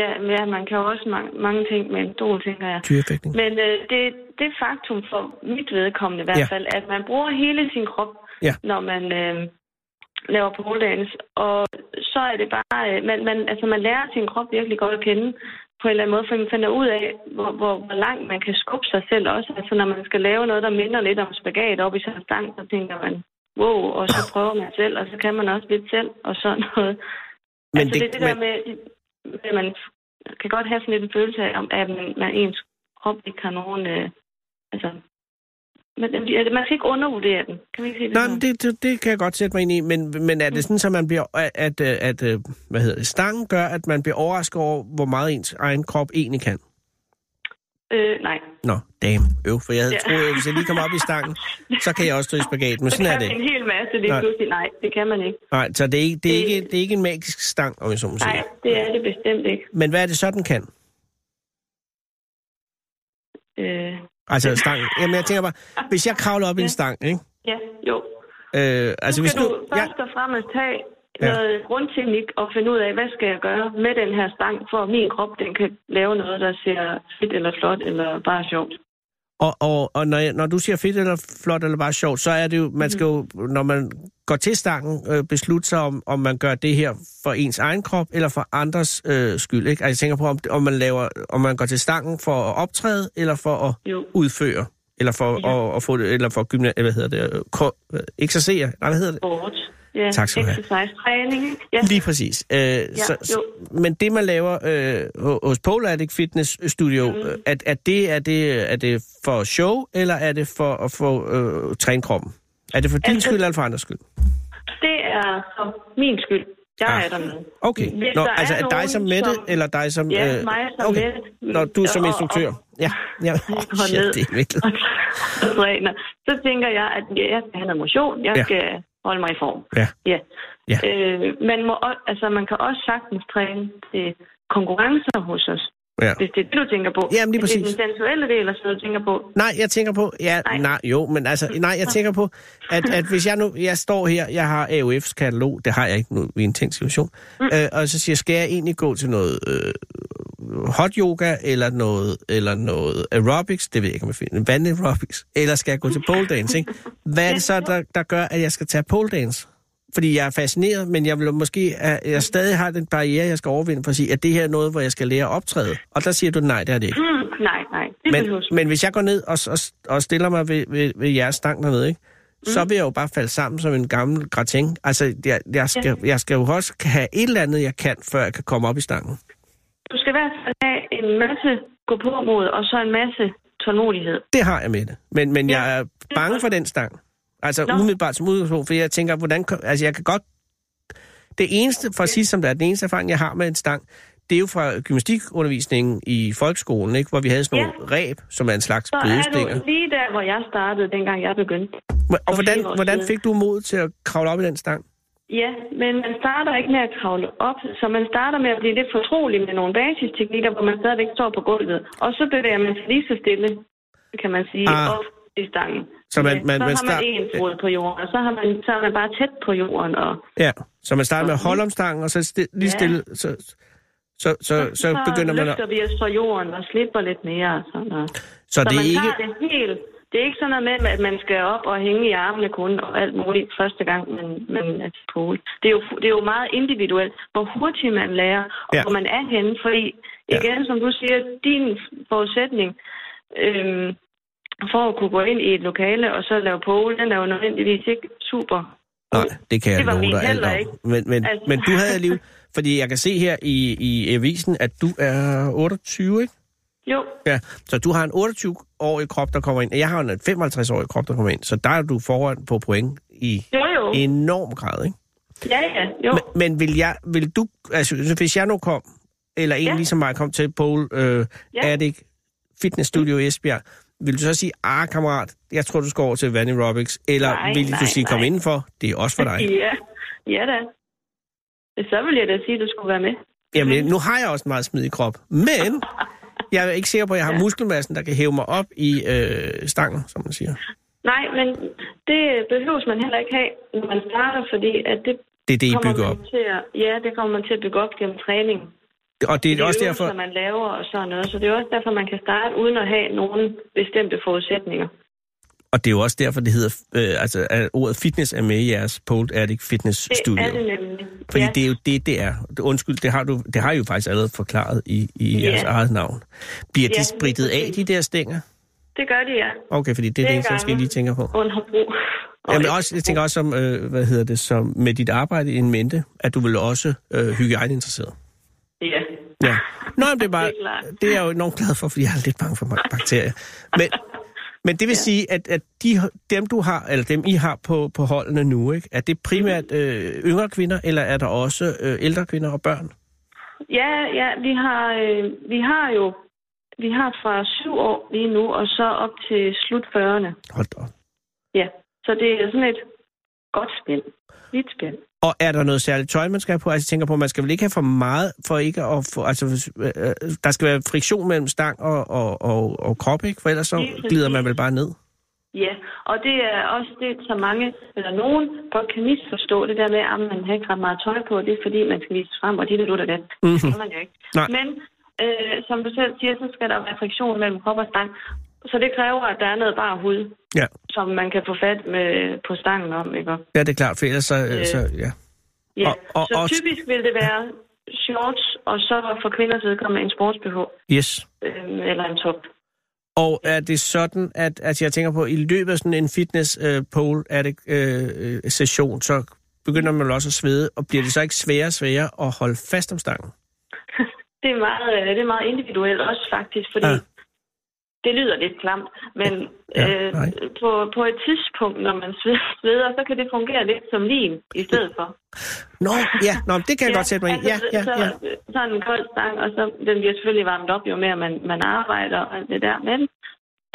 F: jamen, ja, ja, man kan jo også mange, mange ting med en stol, tænker jeg.
D: tyrefægtning.
F: Men øh, det, det faktum for mit vedkommende i hvert
D: Ja.
F: fald, at man bruger hele sin krop,
D: Ja.
F: når man øh, laver pole dance. Og så er det bare, øh, man, man, altså man lærer sin krop virkelig godt at kende på en eller anden måde, for man finder ud af, hvor, hvor, hvor langt man kan skubbe sig selv også. Altså når man skal lave noget, der minder lidt om spagat op i sådan en stang, så tænker man, wow, og så
D: Ah.
F: prøver man selv, og så kan man også lidt selv, og sådan noget. Men altså det, det, det der
D: men,
F: med, at man kan godt have sådan lidt en følelse af, om- at man, man ens krop ikke har nogen... Øh, altså, man, altså, man skal ikke undervurdere den. Kan vi ikke sige det?
D: nej,
F: sådan?
D: men det, det, det kan jeg godt sætte mig ind i, men, men er det sådan, at man bliver, at, at, øh, at øh, hvad hedder det, stangen gør, at man bliver overrasket over, hvor meget ens egen krop egentlig kan?
F: Øh, nej.
D: Nå, damn, øv, for jeg havde
F: Ja.
D: troet, at hvis jeg lige kom op i stangen, så kan jeg også stå i spagaten, men
F: Så
D: sådan er
F: kan
D: det
F: man
D: ikke.
F: en hel masse lige
D: Nej.
F: pludselig. Nej, det kan man ikke.
D: Nej, så det er ikke, det er ikke, det er ikke en magisk stang, om jeg så må sige.
F: Nej, det er det bestemt ikke.
D: Men hvad er det så, den kan?
F: Øh,
D: Altså stangen. Jamen, jeg tænker bare, hvis jeg kravler op i en stang, ikke?
F: ja, jo.
D: Øh, altså,
F: Nu
D: hvis
F: skal
D: du...
F: du
D: Ja,
F: først og fremmest have
D: Ja.
F: noget grundteknik og finde ud af, hvad skal jeg gøre med den her stang, for at min krop den kan lave noget, der ser fedt eller flot eller bare sjovt.
D: og, og, og når, jeg, når du siger fedt eller flot eller bare sjovt, så er det jo,
F: Mm.
D: man skal jo, når man går til stangen, øh, beslutte sig om, om man gør det her for ens egen krop eller for andres øh, skyld, ikke? Altså, jeg tænker på, om, om, man laver, om man går til stangen for at optræde eller for at
F: Jo.
D: udføre eller for
F: Ja.
D: at, at få det, eller for gymna, hvad hedder det, øh, ko, øh, eksercere, nej, hvad hedder det?
F: Sport. Ja,
D: Tak skal du have.
F: Exercise træning. ikke? Ja.
D: Lige præcis. Øh, ja, så, men det, man laver øh, ho- hos Pole Attic Fitness Studio,
F: Mhm.
D: mm. er, er, det, er, det, er det for show, eller er det for at få øh, træne kroppen? Er det for din
F: Altså-
D: skyld, eller for andres skyld?
F: Det er for min skyld. Jeg
D: Ah,
F: er der med.
D: Okay.
F: Hvis
D: Nå,
F: der
D: altså
F: er
D: er dig
F: nogen,
D: som Mette,
F: som-
D: eller dig som... øh,
F: Ja, mig som
D: okay.
F: Mette.
D: Nå, du er som
F: Og- og-
D: instruktør. ja, ja. Oh,
F: Går
D: shit,
F: ned.
D: det er virkelig.
F: og træner, så tænker jeg, at ja, jeg skal have noget motion, jeg
D: Ja.
F: ja. skal holde mig i form.
D: Ja.
F: ja.
D: Ja.
F: Øh, man, må, o- altså, man kan også sagtens træne til konkurrencer hos os,
D: Ja.
F: hvis det er det, du tænker på.
D: Jamen, lige
F: Hvis
D: præcis.
F: det er den sensuelle del, eller sådan noget, du tænker på.
D: Nej, jeg tænker på, ja, nej.
F: Nej.
D: nej, jo, men altså, nej, jeg tænker på, at, at hvis jeg nu, jeg står her, jeg har AUF's katalog, det har jeg ikke nu, vi er i en tænkt situation, mm. øh, og så siger jeg, skal jeg egentlig gå til noget øh, hot yoga, eller noget, eller noget aerobics, det ved jeg ikke, om jeg finder, vand aerobics, eller skal jeg gå til pole dance, ikke? Hvad er det så, der, der gør, at jeg skal tage pole dance? Fordi jeg er fascineret, men jeg vil måske, at jeg stadig har den barriere, jeg skal overvinde for at sige, at det her er noget, hvor jeg skal lære at optræde. Og der siger du, nej, det er det ikke.
F: Hmm, nej, nej, det
D: Men,
F: behøves.
D: men hvis jeg går ned og, og, og stiller mig ved, ved, ved jeres stang dernede, ikke? så vil jeg jo bare falde sammen som en gammel gratin. Altså, jeg, jeg, skal, jeg skal jo også have et eller andet, jeg kan, før jeg kan komme op i stangen.
F: Du skal i hvert fald have en masse gå på mod, og så en masse tålmodighed.
D: Det har jeg med det. Men, men jeg er bange for den stang. Altså Nå.
F: Nå.
D: umiddelbart som udgangspunkt, for jeg tænker, hvordan... kom- Altså, jeg kan godt... Det eneste, for at sige som det er, den eneste erfaring, jeg har med en stang, det er jo fra gymnastikundervisningen i folkeskolen, ikke? hvor vi havde sådan
F: Ja.
D: nogle ræb, som er en slags
F: Så er
D: blødstænger.
F: du lige der, hvor jeg startede, dengang jeg begyndte.
D: Og hvordan,
F: fire år
D: hvordan
F: siden.
D: fik du mod til at kravle op i den stang?
F: Ja, men man starter ikke med at kravle op, så man starter med at blive lidt fortrolig med nogle basisteknikker, hvor man stadigvæk står på gulvet. Og så bevæger man sig lige så stille, kan man sige,
D: Ah.
F: ah. op i stangen.
D: Så man-
F: ja,
D: man-
F: så
D: man
F: har
D: start-
F: man en fod på jorden, og så, har man, så er man bare tæt på jorden. Og
D: Ja, så man starter med at
F: Okay.
D: holde om stangen, og så sti- lige
F: Ja.
D: stille, så, så, Øh, så, så begynder man at...
F: løfter vi os fra jorden og slipper lidt mere. Og sådan noget.
D: Så
F: Så
D: det
F: man
D: er ikke...
F: tager det helt. Det er ikke sådan noget med, at man skal op og hænge i armene kun og alt muligt første gang, man, man er til pole. Det er, jo, det er jo meget individuelt, hvor hurtigt man lærer, og
D: Ja.
F: ja. hvor man er henne. Fordi
D: Ja.
F: igen, som du siger, din forudsætning øhm, for at kunne gå ind i et lokale og så lave pole, den er jo nødvendigvis ikke super.
D: Nej, det kan jeg
F: Det var
D: love
F: min
D: dig alt
F: heller
D: om.
F: ikke.
D: Men, men,
F: Altså.
D: men du havde alligevel... Fordi jeg kan se her i, i avisen, at du er 28, ikke?
F: Jo,
D: Ja, så du har en 28-årig krop, der kommer ind, og jeg har en 55-årig krop, der kommer ind. Så der er du foran på point i
F: jo jo.
D: enorm grad, ikke?
F: Ja, ja, jo.
D: Men, men vil, jeg, vil du, altså hvis jeg nu kom, eller en ja.
F: Ja.
D: ligesom mig kom til Pole øh, ja.
F: Ja.
D: Attic Fitness Studio i Esbjerg, vil du så sige, ah kammerat, jeg tror du skal over til Van Aerobics, eller
F: Nej,
D: vil du
F: nej,
D: sige, kom
F: nej.
D: indenfor, det er også for dig.
F: Ja, ja da. Så vil jeg da sige, at du skulle være med.
D: Jamen, nu har jeg også en meget smidig krop, men jeg er ikke sikker på, at jeg har muskelmassen, der kan hæve mig op i øh, stangen, som man siger.
F: Nej, men det behøves man heller ikke have, når man starter, fordi at det
D: Det er det, I
F: kommer
D: bygger op.
F: man til at, ja, det kommer man til at bygge op gennem træning.
D: Og det er også
F: øvelser,
D: derfor,
F: man laver og sådan noget. Så det er også derfor, man kan starte uden at have nogle bestemte forudsætninger.
D: og det er jo også derfor, det hedder, øh, altså at ordet fitness er med i jeres Pole Attic Fitness
F: Det
D: Studio.
F: er det nemlig.
D: Fordi
F: ja.
D: ja. det er jo det, det er. Undskyld, det har, du, det har I jo faktisk allerede forklaret i, i
F: Ja.
D: jeres eget navn. Bliver
F: Ja,
D: de spritet
F: lige
D: af, de der stænger?
F: det gør de, ja.
D: Okay, fordi det er det,
F: Flere
D: eneste, jeg måske
F: gange.
D: lige tænker på.
F: Under brug.
D: Jamen også, jeg tænker også som, øh, hvad hedder det, som med dit arbejde i en mente, at du vil også øh, hygiejneinteresseret.
F: Ja.
D: Ja. Nå, men det er bare,
F: Det er klart.
D: det er jeg jo enormt glad for, fordi jeg er lidt bange for bak- bakterier. Men, men det vil sige, at, at de, dem, du har, eller dem, I har på, på holdene nu, ikke? er det primært øh, yngre kvinder, eller er der også øh, ældre kvinder og børn?
F: Ja, ja, vi har, øh, vi har jo vi har fra syv år lige nu, og så op til slut 40'erne.
D: Hold da op.
F: Ja, så det er sådan et godt spil. Lidt spil.
D: Og er der noget særligt tøj, man skal have på? Altså, jeg tænker på, man skal vel ikke have for meget, for ikke at få... Altså, hvis- øh, øh, der skal være friktion mellem stang og, og, og, og krop, ikke? For ellers
F: Lige
D: så
F: præcis.
D: glider man vel bare ned.
F: Ja, og det er også det, som mange, eller nogen, godt kan misforstå. Det der med, at man har ikke ret meget tøj på, det er fordi, man skal vise frem, og det er du der Det
D: Mhm.
F: kan man jo ikke.
D: Nej.
F: Men øh, som du selv siger, så skal der være friktion mellem krop og stang. Så det kræver, at der er noget bare hud,
D: Ja.
F: som man kan få fat med, på stangen om. Ikke? Og-
D: ja, det er klart, for ellers så... Øh.
F: Øh.
D: så ja.
F: Ja.
D: Og- og-
F: så
D: og-
F: typisk vil det være shorts, og så for kvinders vedkommende en sports-BH
D: Yes.
F: øh, eller en top.
D: Og er det sådan, at altså, jeg tænker på, i løbet af sådan en fitness øh, pole er det, øh, øh, session, så begynder man vel også at svede, og bliver det så ikke sværere og sværere at holde fast om stangen?
F: Det er meget, øh, det er meget individuelt også faktisk, fordi
D: Ja.
F: ja. det lyder lidt klamt, men
D: Ja,
F: ja, øh,
D: nej.
F: på, på et tidspunkt, når man sved- sveder, så kan det fungere lidt som lin i stedet for.
D: Nå, ja, nå, det kan jeg godt sætte mig ind. i. Ja,
F: altså,
D: ja,
F: så,
D: ja.
F: Sådan en kold stang, og så, den bliver selvfølgelig varmet op, jo mere man, man arbejder og alt det der med den.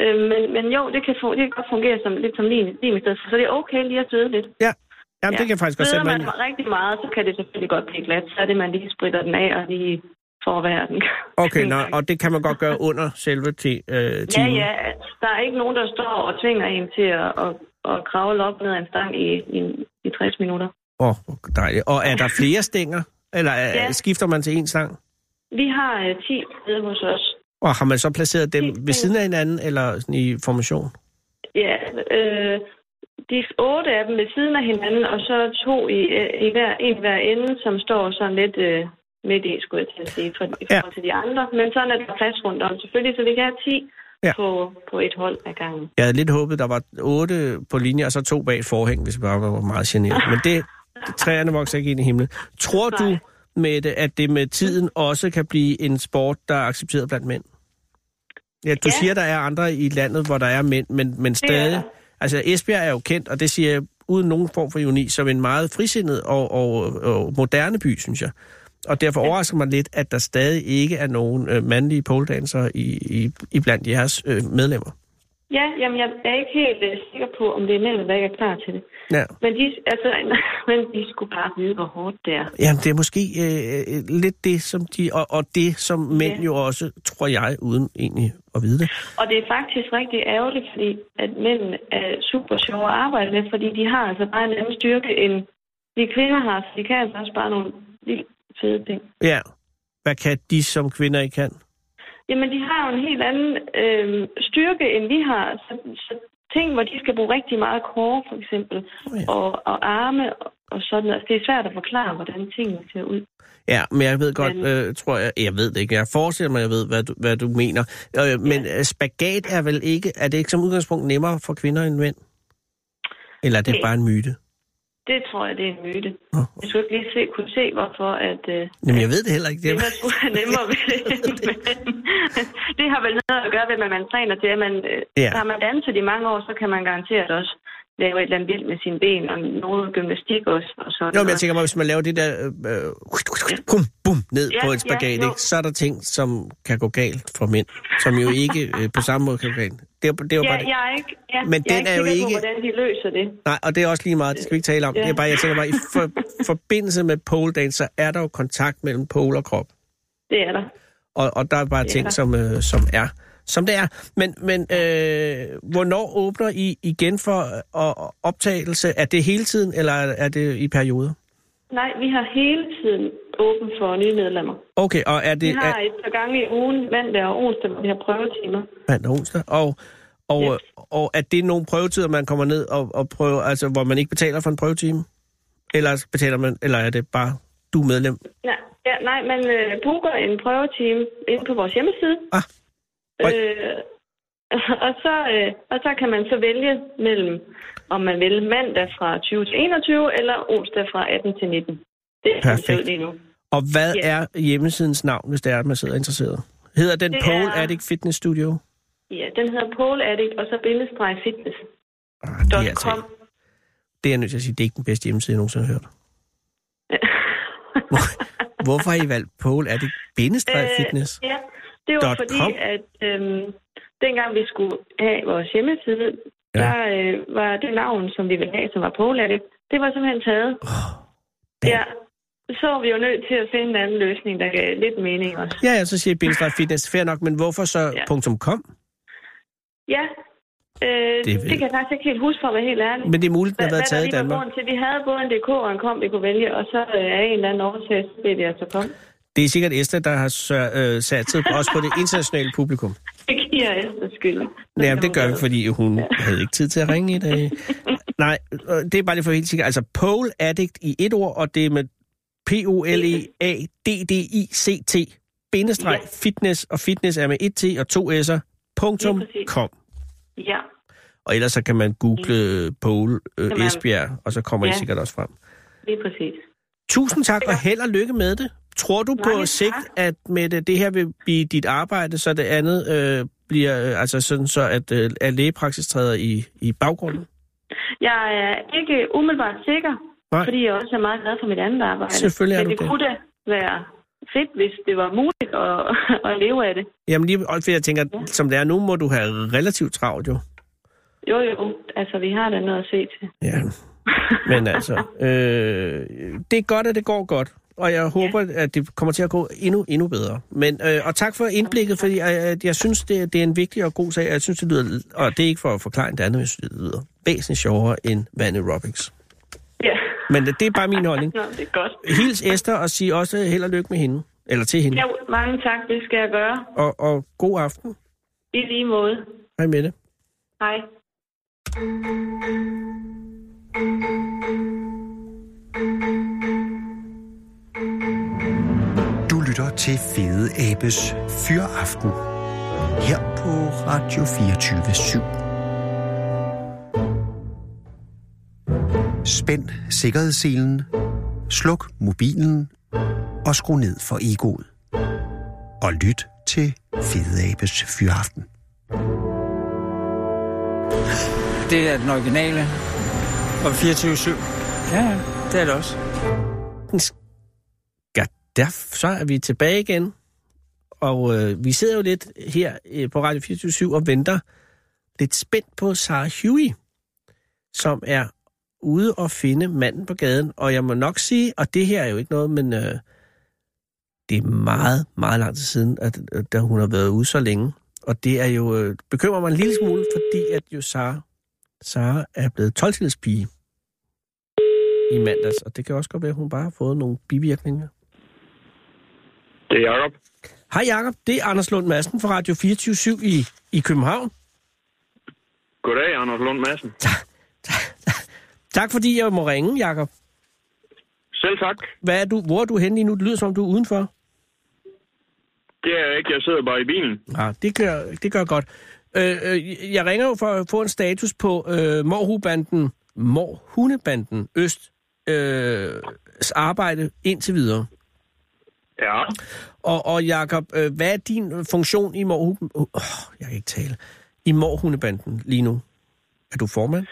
F: Øh, men, men jo, det kan, fu- det kan godt fungere som, lidt som lin, lin i stedet for, så det er okay lige at svede lidt.
D: Jamen, det kan jeg faktisk godt sætte
F: Sveder
D: mig
F: man
D: ind. i.
F: rigtig meget, så kan det selvfølgelig godt blive glat, så er det, man lige spritter den af og lige får den.
D: Okay,
F: en
D: nå,
F: gang.
D: og det kan man godt gøre under selve ti, øh,
F: Ja,
D: timen.
F: ja. Der er ikke nogen, der står og tvinger en til at, at, at kravle op ned ad en stang i, i, i 60 minutter.
D: Åh, oh, dejligt. Og er der flere stænger? Eller ja.
F: Ja.
D: skifter man til én stang?
F: Vi har uh, 10 nede hos os.
D: Og har man så placeret
F: Helt
D: dem ved
F: sikkert.
D: siden af hinanden, eller sådan i formation?
F: Ja, øh, de otte af dem ved siden af hinanden, og så to i, øh, i hver, en hver ende, som står sådan lidt øh, midt i, skulle jeg til at sige, for, i forhold til de andre. Men sådan er der plads rundt om, selvfølgelig, så vi kan have 10
D: Ja.
F: ja. på, på et hold ad gangen.
D: Jeg havde lidt håbet, der var otte på linje, og så to bag et forhæng, hvis jeg bare var meget generet. Men det, træerne vokser ikke ind i himlen. Tror du,
F: Nej.
D: Mette, at det med tiden også kan blive en sport, der er accepteret blandt mænd? Ja, du ja.
F: Ja.
D: siger, der er andre i landet, hvor der er mænd, men, men stadig...
F: der.
D: Altså, Esbjerg er jo kendt, og det siger jeg uden nogen form for ironi, som en meget frisindet og, og, og moderne by, synes jeg. Og derfor overrasker man lidt, at der stadig ikke er nogen øh, mandlige poledansere i, i, i blandt jeres øh, medlemmer.
F: Ja, jamen jeg er ikke helt øh, sikker på, om det er mænd, der ikke er klar til det.
D: Ja.
F: Men de, altså, men de skulle bare vide, hvor hårdt det er.
D: Jamen, det er måske øh, øh, lidt det, som de... Og, og det, som mænd
F: Ja.
D: jo også, tror jeg, uden egentlig at vide det.
F: Og det er faktisk rigtig ærgerligt, fordi at mændene er super sjove at arbejde med, fordi de har altså bare en anden styrke, end de kvinder har. Så de kan altså også bare nogle vildt fede ting.
D: Ja. Hvad kan de, som kvinder ikke kan?
F: Jamen, de har jo en helt anden øh, styrke, end vi har. Så, så ting, hvor de skal bruge rigtig meget kår, for eksempel,
D: Oh, ja.
F: og, og arme og, og sådan noget. Altså, Det er svært at forklare, hvordan tingene ser ud.
D: Ja, men jeg ved godt,
F: Men-
D: øh, tror jeg, jeg ved det ikke, jeg forestiller mig, jeg ved, hvad du, hvad du mener. Øh, men ja. spagat er vel ikke, er det ikke som udgangspunkt nemmere for kvinder end mænd? Eller er det
F: Nej.
D: bare en myte?
F: Det tror jeg, det er en myte.
D: Nå.
F: Jeg skulle ikke lige se, kunne se, hvorfor at... Øh,
D: Jamen, jeg ved det heller ikke. Det
F: Det
D: er,
F: der skulle være nemmere ved det. det har vel noget at gøre ved, hvad man træner til. At Man,
D: Ja.
F: ja. Har man danset i mange år, så kan man garanteret også lave et eller andet vildt med sine ben, og noget gymnastik også. Og sådan
D: Nå, men jeg
F: noget.
D: tænker mig, hvis man laver det der, øh, øh, bum, bum, ned
F: Ja,
D: på et
F: ja,
D: spagat,
F: jo.
D: ikke? så er der ting, som kan gå galt for mænd, som jo ikke øh, på samme måde kan gå galt. Det er, det er jo
F: ja,
D: bare det.
F: jeg er ikke, ja,
D: Men
F: jeg
D: den
F: ikke
D: er jo
F: sikker
D: ikke-
F: På, hvordan de løser det.
D: Nej, og det er også lige meget, det skal vi ikke tale om.
F: Ja.
D: Det er bare, jeg tænker bare, i for, forbindelse med pole dance, så er der jo kontakt mellem pole og krop.
F: Det er der.
D: Og, og der er bare
F: Det er
D: ting,
F: der.
D: som, øh, som er, som det er. Men, men øh, hvornår åbner I igen for øh, optagelse? Er det hele tiden, eller er det i perioder?
F: Nej, vi har hele tiden åben for nye medlemmer.
D: Okay, og er
F: Vi
D: det
F: har
D: er,
F: et par gange i ugen, mandag og onsdag, hvor vi har prøvetimer.
D: mandag og onsdag? Og, og,
F: Ja.
D: og, og er det nogle prøvetider, man kommer ned og, og prøver, altså hvor man ikke betaler for en prøvetime? Eller betaler man, eller er det bare, du er medlem?
F: Nej, ja, nej man øh, booker en prøvetime inde på vores hjemmeside.
D: Ah. Oj.
F: Øh, og, så, øh, og så kan man så vælge mellem, om man vil mandag fra 20 til 21, eller onsdag fra 18 til 19. Det er
D: Perfekt.
F: Perfekt. lige nu.
D: Og hvad
F: Ja.
D: er hjemmesidens navn, hvis det er, at man sidder interesseret? Hedder den
F: Det
D: Pole
F: er-
D: Addict Fitness Studio?
F: Ja, den hedder Pole Addict, og så bindestreg fitness.com.
D: Ah, det, er altså, ikke- det er jeg nødt til at sige, det er ikke den bedste hjemmeside, jeg nogensinde har hørt. Hvorfor har I valgt Pole Addict bindestreg
F: Øh,
D: fitness?
F: Ja, Det var
D: Dot
F: fordi,
D: com?
F: at øhm, dengang vi skulle have vores hjemmeside,
D: Ja.
F: ja. der øh, var det navn, som vi ville have, som var påladt, det var simpelthen taget.
D: Oh,
F: Ja. Så var vi jo nødt til at finde en anden løsning, der gav lidt mening også.
D: ja, ja, så siger I Bingstrad Fitness. Fair nok, men hvorfor så
F: Ja.
D: punktum .com?
F: Ja, øh,
D: Det
F: det,
D: er vel-
F: det kan jeg faktisk ikke helt huske for at være helt ærlig.
D: Men det er muligt, den
F: Hvad-
D: har været
F: hvad der
D: taget i
F: lige var
D: Danmark.
F: grunden Til. Vi havde både en DK og en kom, vi kunne vælge, og så øh, af en eller anden årsag, så blev det altså kom.
D: Det er sikkert Esther, der har sør- øh, sat sig også på det internationale publikum.
F: Det giver altså efter skyld.
D: Ja, det gør vi, fordi hun havde ikke tid til at ringe i dag. Nej, øh, det er bare lige for helt sikkert. Altså, pole addict i et ord, og det er med P-O-L-E-A-D-D-I-C-T. Bindestreg,
F: Ja.
D: fitness, og fitness er med et T og to S'er. Punktum
F: Lige præcis.
D: com.
F: Ja,
D: Og ellers så kan man google pole øh,
F: Kan man-
D: Esbjerg, og så kommer I
F: Ja.
D: sikkert også frem.
F: lige præcis.
D: Tusind tak, og held og lykke med det. Tror du på
F: Mange
D: sigt,
F: tak.
D: at med det, det her vil blive dit arbejde, så det andet øh, bliver, øh, altså sådan så, at, øh, at lægepraksis træder i, i baggrunden?
F: Jeg er ikke umiddelbart sikker,
D: Nej.
F: fordi jeg også er meget glad for mit andet arbejde.
D: Selvfølgelig er
F: Men
D: du
F: det
D: det.
F: kunne da være fedt, hvis det var muligt at, at leve af det.
D: Jamen lige, og fordi jeg tænker,
F: Ja.
D: som det er nu, må du have relativt travlt jo.
F: Jo, jo. Altså, vi har da noget at se til.
D: Ja. Men altså, øh, det er godt, at det går godt. Og jeg håber, ja. at det kommer til at gå endnu, endnu bedre. Men, øh, og tak for indblikket, fordi jeg, øh, jeg synes, det, det er en vigtig og god sag. Jeg synes, det lyder, og det er ikke for at forklare det andet, men jeg synes, det lyder væsentligt sjovere end Van Aerobics.
F: Ja.
D: Men det er bare min holdning.
F: Nå, det er godt.
D: Hils Esther og sig også held og lykke med hende. Eller til hende.
F: Ja, mange tak. Det skal jeg gøre.
D: Og, og god aften.
F: I lige måde.
D: Hej med det.
F: Hej.
A: Du lytter til Fede Abes Fyraften her på Radio 24 Spænd sikkerhedsselen, sluk mobilen og skru ned for egoet. Og lyt til Fede Abes Fyraften.
E: Det er den originale. Og 24-7. Ja, ja, det er det også.
D: Ja, der, så er vi tilbage igen. Og øh, vi sidder jo lidt her øh, på Radio 24 og venter lidt spændt på Sarah Huey, som er ude og finde manden på gaden. Og jeg må nok sige, og det her er jo ikke noget, men øh, det er meget, meget lang tid siden, at, at da hun har været ude så længe. Og det er jo, øh, bekymrer mig en lille smule, fordi at jo Sarah, Sarah er blevet 12 pige i mandags. Og det kan også godt være, at hun bare har fået nogle bivirkninger.
C: Det er Jacob.
D: Hej Jakob, det er Anders Lund Madsen fra Radio 24 i, i København.
C: Goddag, Anders Lund Madsen.
D: Tak fordi jeg må ringe, Jakob.
C: Selv tak.
D: Hvad er du, hvor er du henne lige nu? Det lyder som om du er udenfor.
C: Det er jeg ikke. Jeg sidder bare i bilen.
D: Ja, Ah, det gør, det gør godt. Øh, øh, jeg ringer jo for at få en status på øh, Morhubanden, Morhunebanden Øst øh, s arbejde indtil videre.
C: Ja.
D: Og, og Jakob, øh, hvad er din øh, funktion i Morhuben? Oh, jeg kan ikke tale. I Morhunebanden lige nu. Er du formand?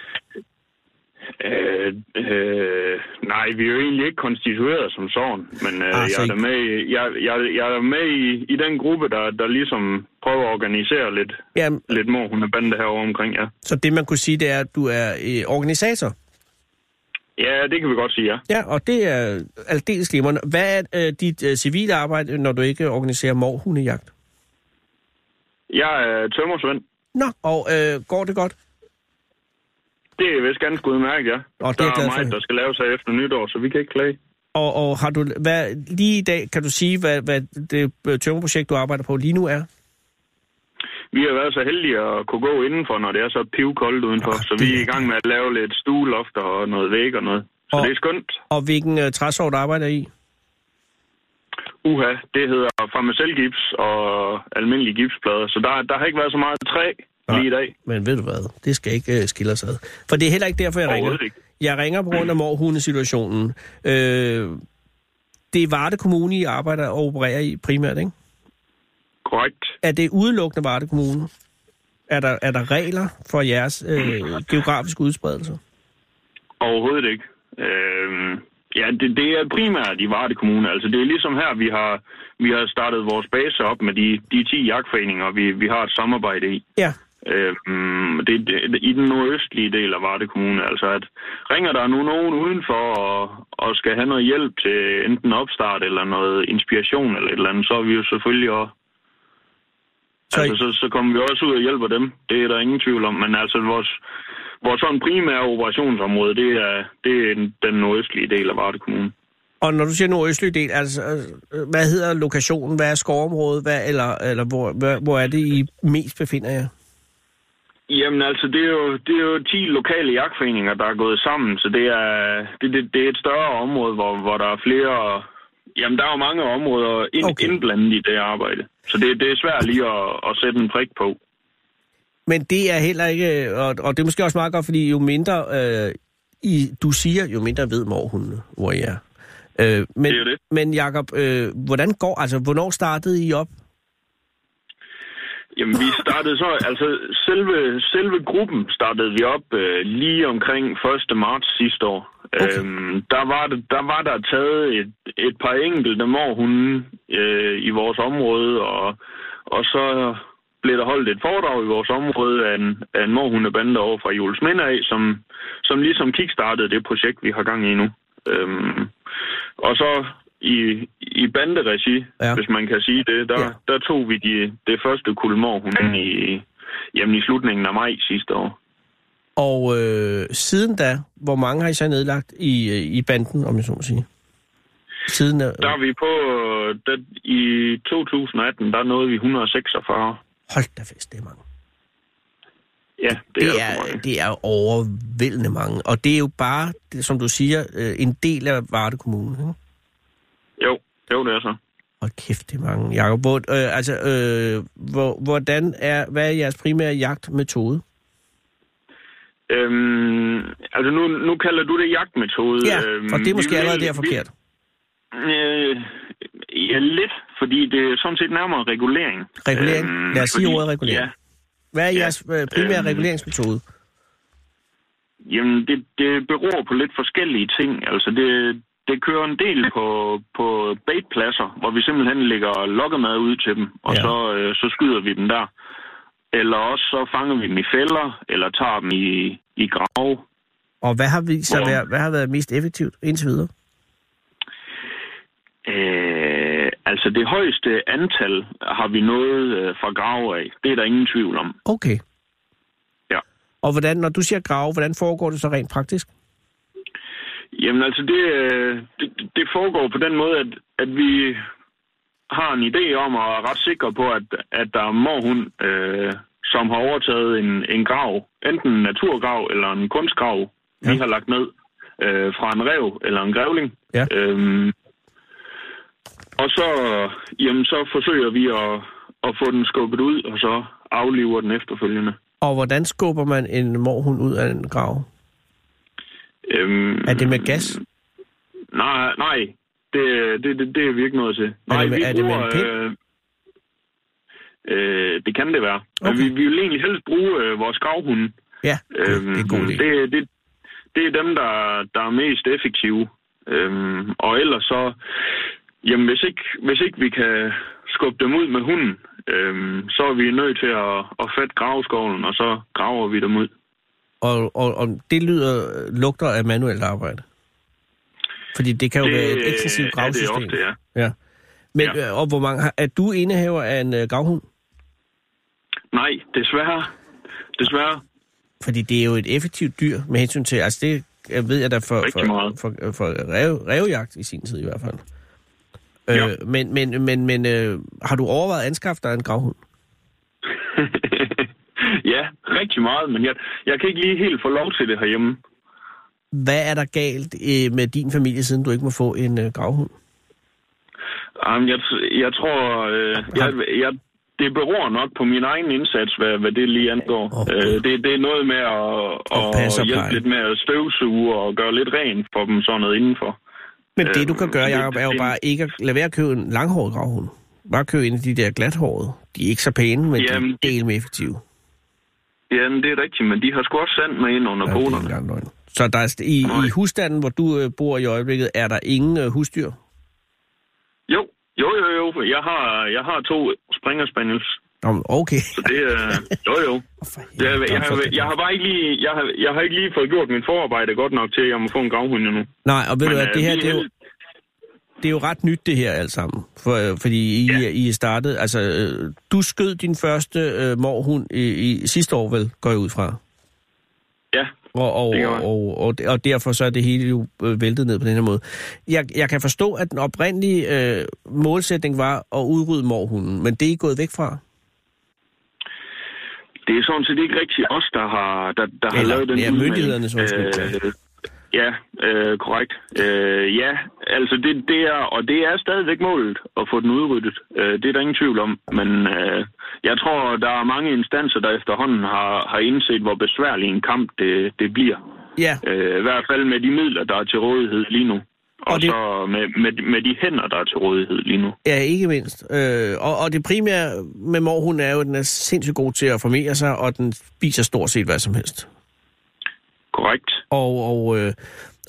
C: Øh, øh, nej, vi er jo egentlig ikke konstitueret som sådan, men øh,
D: Ah,
C: ah, jeg,
D: så
C: er
D: I-
C: da med, i- jeg, jeg, jeg er med i, i den gruppe, der, der ligesom prøver at organisere lidt,
D: Jamen,
C: lidt mor, hun er bande herovre omkring, ja.
D: så det man kunne sige, det er, at du er øh, organisator.
C: Ja, det kan vi godt sige, ja.
D: Ja, og det er aldeles glimrende. Hvad er øh, dit øh, civile arbejde, når du ikke organiserer morhundejagt?
C: Jeg er tømmersvend.
D: Nå, og øh, går det godt?
C: Det er vist ganske udmærket, ja.
D: Og det er
C: der
D: jeg glad
C: er
D: for.
C: meget, der skal lave sig efter nytår, så vi kan ikke klage.
D: Og, og har du, hvad, lige i dag, kan du sige, hvad, hvad det øh, tømmerprojekt, du arbejder på lige nu er?
C: Vi har været så heldige at kunne gå indenfor, når det er så pivkoldt udenfor,
D: Ah,
C: så
D: det
C: vi er
D: er
C: i gang med at lave lidt stuelofter og noget væg og noget. Så
D: Og-
C: det er skønt.
D: Og hvilken øh, træsort du arbejder i?
C: Uha, det hedder farmacelgips og almindelige gipsplader, så der, der har ikke været så meget træ
D: Nej.
C: lige i dag.
D: Men ved du hvad, det skal ikke øh, skille os ad. For det er heller ikke derfor, jeg ringer.
C: Overhovedet ikke.
D: Jeg ringer på grund af morhundesituationen. Øh, det er Varde Kommune, I arbejder og opererer i primært, ikke?
C: Korrekt.
D: er det udelukkende Varde Kommune? Er der, er der regler for jeres øh, geografiske udspredelse?
C: Overhovedet ikke. Øhm, Ja, det, det er primært i Varde Kommune. Altså, det er ligesom her, vi har, vi har startet vores base op med de, de 10 jagtforeninger, vi, vi har et samarbejde i.
D: Ja.
C: Øhm, det, det, I den nordøstlige del af Varde Kommune. Altså, at ringer der nu nogen udenfor og, og skal have noget hjælp til enten opstart eller noget inspiration eller et eller andet, så er vi jo selvfølgelig også...
D: Så,
C: Altså, så, så kommer vi også ud og hjælper dem. Det er der ingen tvivl om. Men altså, vores, vores sådan primære operationsområde, det er, det er den- den nordøstlige del af Varde Kommune.
D: Og når du siger nordøstlig del, altså, øh, hvad hedder lokationen? Hvad er skovområdet? Hvad, eller eller hvor, hvor, hvor er det, I mest befinder jer?
C: Jamen altså, det er jo, det er jo 10 lokale jagtforeninger, der er gået sammen, så det er, det, det, det er et større område, hvor, hvor der er flere... Jamen, der er jo mange områder ind,
D: Okay.
C: okay. indblandet i det arbejde. Så det, det er svært lige at, at sætte en prik på.
D: Men det er heller ikke, øh, og, og det er måske også meget godt, fordi jo mindre øh, I, du siger, jo mindre ved morhundene, hvor I er. Øh, men,
C: Det er jo det.
D: Men Jacob, øh, hvordan går, altså hvornår startede I op?
C: Jamen, vi startede så... Altså, selve, selve gruppen startede vi op øh, lige omkring 1. marts sidste år. Okay. Øhm, der, var det, der var der taget et, et par enkelte morhunde øh, i vores område, og, og så blev der holdt et foredrag i vores område af en, af en morhundebande over fra Jules Minder af, som, som ligesom kickstartede det projekt, vi har gang i nu. Øhm, og så i, i banderegi,
D: Ja.
C: ja. hvis man kan sige det, der,
D: Ja.
C: ja. der tog vi de, det første kulmor, hun i, jamen i slutningen af maj sidste år.
D: Og øh, siden da, hvor mange har I så nedlagt i, øh, i banden, om jeg så må sige? Siden af,
C: Der er vi på, øh, der, i 2018, der nåede vi 146.
D: Hold da fest, det er mange.
C: Ja, det,
D: Det
C: er,
D: er,
C: er
D: det er overvældende mange. Og det er jo bare, det, som du siger, øh, en del af Varde Kommune. Ikke?
C: Jo, jo, det er så.
D: Hold kæft, det er mange. Jacob, hvor, øh, altså, øh, hvor, hvordan er, hvad er jeres primære jagtmetode?
C: Øhm, altså nu, nu kalder du det jagtmetode.
D: Ja,
C: øhm,
D: og det er
C: vi
D: måske
C: vil-
D: allerede der
C: vi-
D: forkert.
C: Øh, ja, lidt, fordi det er sådan set nærmere regulering. Øhm,
D: Regulering. Lad os sige
C: fordi-
D: ordet regulering.
C: Ja,
D: Hvad er
C: ja,
D: jeres øh, primære
C: øhm,
D: reguleringsmetode?
C: Jamen, det, det beror på lidt forskellige ting. Altså, det, det kører en del på, på baitpladser, hvor vi simpelthen lægger lokkemad ud til dem, og
D: Ja.
C: ja. så, øh, så skyder vi dem der. Eller også så fanger vi dem i fælder, eller tager dem i, i grave.
D: Og hvad har, vist sig,
C: hvor-
D: være, hvad har været mest effektivt indtil videre?
C: Øh, altså, det højeste antal har vi nået øh, fra grave af. Det er der ingen tvivl om.
D: Okay.
C: Ja.
D: Og hvordan, når du siger grave, hvordan foregår det så rent praktisk?
C: Jamen altså, det, øh, det, det foregår på den måde, at, at vi har en idé om og er ret sikre på, at, at der er morhund, øh, som har overtaget en, en grav, enten en naturgrav eller en kunstgrav, ja. vi har lagt ned øh, fra en rev eller en grævling.
D: Ja.
C: Øhm, og så, jamen, så forsøger vi at, at få den skubbet ud, og så afliver den efterfølgende.
D: Og hvordan skubber man en morhund ud af en grav?
C: Øhm,
D: Er det med gas?
C: Nej, nej. Det, det, det, det er vi ikke nået til.
D: Er
C: Nej,
D: det med-
C: vi
D: er det med en pind?
C: øh, øh, det kan det være. Okay.
D: Okay.
C: Men vi, vi vil egentlig helst bruge øh, vores gravhunde.
D: Ja, det, det er en god idé.
C: Øhm, Det, det, det er dem, der, der er mest effektive. Øhm, og ellers så... Jamen, hvis ikke, hvis ikke vi kan skubbe dem ud med hunden, øhm, så er vi nødt til at, at fatte gravskoven, og så graver vi dem ud.
D: Og, og, og det lyder, lugter af manuelt arbejde. Fordi det kan jo det, være et ekstensivt gravsystem.
C: Er øh, det ofte, ja.
D: ja. Men,
C: Ja.
D: ja. Og hvor mange, har- er du indehaver af en øh, gravhund?
C: Nej, desværre. Desværre.
D: Fordi det er jo et effektivt dyr med hensyn til, altså det øh, ved jeg da for, for,
C: Rigtig meget.
D: for, for ræve, rævejagt i sin tid i hvert fald.
C: Ja.
D: Øh, men men, men, men øh, har du overvejet at anskaffe dig en gravhund?
C: ja, rigtig meget, men jeg, jeg kan ikke lige helt få lov til det herhjemme.
D: Hvad er der galt øh, med din familie, siden du ikke må få en øh, gravhund?
C: Jamen, jeg, jeg tror, øh, jeg, jeg, det beror nok på min egen indsats, hvad, hvad det lige angår.
D: Åh.
C: Øh, det, det er noget med at,
D: Og passe
C: at
D: og
C: hjælpe
D: pleje.
C: lidt med at støvsuge og gøre lidt rent for dem sådan noget indenfor.
D: Men det, du
C: Øhm,
D: kan gøre,
C: det-
D: Jacob, er jo
C: det-
D: bare ikke at lade være at købe en langhåret gravhund. Bare købe en af de der glathårede. De er ikke så pæne, men Jamen,
C: Jamen,
D: de er
C: det-
D: del med effektive.
C: Jamen, det er rigtigt, men de har sgu også sand med ind under
D: Ja, det er ikke
C: koderne.
D: engang løgn. Så der er, i, i husstanden, hvor du øh, bor i øjeblikket, er der ingen øh, husdyr?
C: Jo, jo, jo, jo. Jeg har, jeg har to Springer Spaniels.
D: Nå, okay.
C: Så det er... Jo, jo. Jeg, jeg, jeg, har- jeg, har bare ikke lige, jeg, har, jeg har ikke lige fået gjort min forarbejde godt nok til, at jeg må få en gravhund endnu. øh,
D: Nej, og ved du hvad, det her,
C: vi
D: det er jo... det er jo ret nyt, det her alt sammen. For, øh, fordi I, ja. I er startet... Altså, øh, du skød din første øh, morhund i, i sidste år, vel, går jeg ud fra.
C: Ja,
D: Og, og,
C: Det kan
D: og,
C: man.
D: og, og, og derfor så er det hele jo øh, væltet ned på den her måde. Jeg, jeg kan forstå, at den oprindelige øh, målsætning var at udrydde morhunden, men det er I gået væk fra.
C: det er sådan set ikke rigtigt os, der har, der, der har
D: Eller,
C: lavet den
D: ja,
C: udmelding.
D: myndighederne, så undskyld.
C: Øh, Ja, øh, korrekt. Øh, ja, altså det, det er, og det er stadigvæk målet at få den udryddet. Øh, det er der ingen tvivl om, men øh, jeg tror, der er mange instanser, der efterhånden har, har indset, hvor besværlig en kamp det, det bliver.
D: Ja,
C: Øh, I hvert fald med de midler, der er til rådighed lige nu. Og,
D: Og
C: og
D: det-
C: det... så med, med, med de hænder, der er til rådighed lige nu.
D: ja ikke mindst. Øh, og, og det primære med morhunden er jo, at den er sindssygt god til at formere sig, og den spiser stort set hvad som helst.
C: Korrekt.
D: Og, og, øh,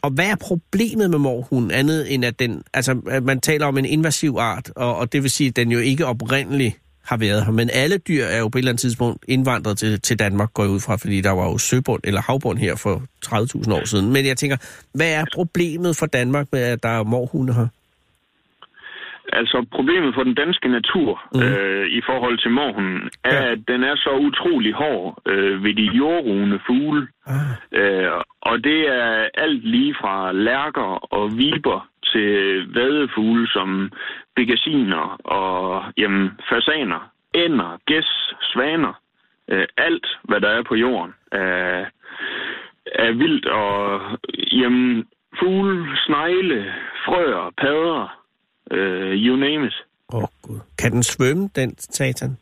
D: og hvad er problemet med morhunden, andet end at den, altså at man taler om en invasiv art, og, og det vil sige, at den jo ikke oprindeligt har været her, men alle dyr er jo på et eller andet tidspunkt indvandret til, til Danmark, går jeg ud fra, fordi der var jo søbund eller havbund her for 30.000 år siden. Men jeg tænker, hvad er problemet for Danmark med, at der er morhunde her?
C: Altså problemet for den danske natur mm. øh, i forhold til morgen er,
D: Mhm. Ja.
C: ja. at den er så utrolig hård øh, ved de jordrugende fugle.
D: Ah.
C: Øh, og det er alt lige fra lærker og viber til vadefugle som begasiner og jamen, fasaner, ænder, gæs, svaner. Øh, alt, hvad der er på jorden, er, er vildt. Og jamen, fugle, snegle, frøer, padder, øh, you name it.
D: Åh, oh, Gud. Kan den svømme, den satan?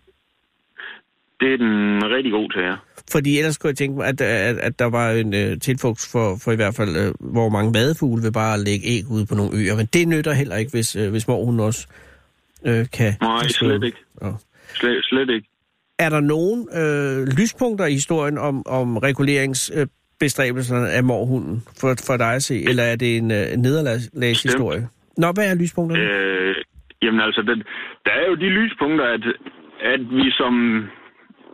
C: Det er den rigtig god til jer.
D: Fordi ellers kunne jeg tænke mig, at, at, at der var en øh, tilfugt for, for i hvert fald, øh, hvor mange vadefugle vil bare lægge æg ude på nogle øer. Men det nytter heller ikke, hvis, øh, hvis mor hun også øh, kan...
C: Nej,
D: kan svømme.
C: slet ikke.
D: Nå.
C: Slet, slet ikke.
D: Er der nogen øh, lyspunkter i historien om, om reguleringsbestræbelserne øh, af morhunden for, for dig at se? Eller er det en øh, nederlagshistorie? Nå, hvad er lyspunkterne? Øh.
C: Øh, jamen altså, den, der er jo de lyspunkter, at, at vi som,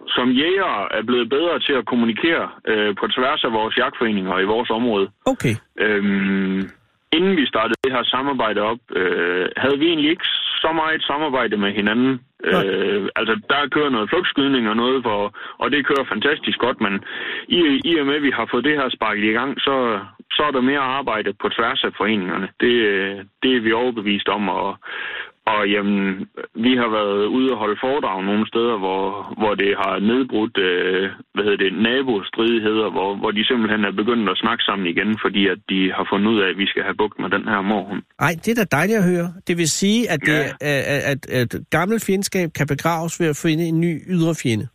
C: som jægere er blevet bedre til at kommunikere øh, på tværs af vores jagtforeninger i vores område.
D: Okay.
C: Øhm, inden vi startede det her samarbejde op, øh, havde vi egentlig ikke så meget samarbejde med hinanden.
D: Nej.
C: Øh, altså, der kører noget flugtskydning og noget, for, og det kører fantastisk godt, men i, i og med, at vi har fået det her sparket i gang, så, så er der mere arbejde på tværs af foreningerne. Det, øh, det er vi overbevist om, og, og jamen, vi har været ude og holde foredrag nogle steder, hvor, hvor det har nedbrudt øh, hvad hedder det, nabostridigheder, hvor, hvor de simpelthen er begyndt at snakke sammen igen, fordi at de har fundet ud af, at vi skal have bukt med den her morgen.
D: Ej, det er da dejligt at høre. Det vil sige, at, det,
C: Ja.
D: at, at, at gammel fjendskab kan begraves ved at finde en ny ydre fjende.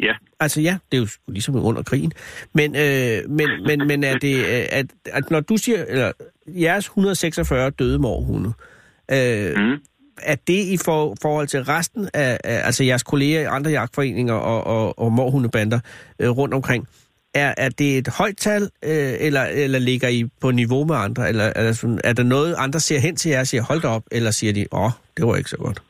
C: Ja,
D: Altså ja, det er jo sgu ligesom under krigen. Men, øh, men, men, men er det, øh, at, at når du siger, eller jeres 146 døde morhunde, øh, mm.
C: Mhm.
D: er det i for, forhold til resten af, af, altså jeres kolleger i andre jagtforeninger og, og, og morhundebander øh, rundt omkring, er, er det et højt tal, øh, eller, eller ligger I på niveau med andre? Eller er der, sådan, er der noget, andre ser hen til jer og siger, hold da op, eller siger de, åh, det var ikke så godt?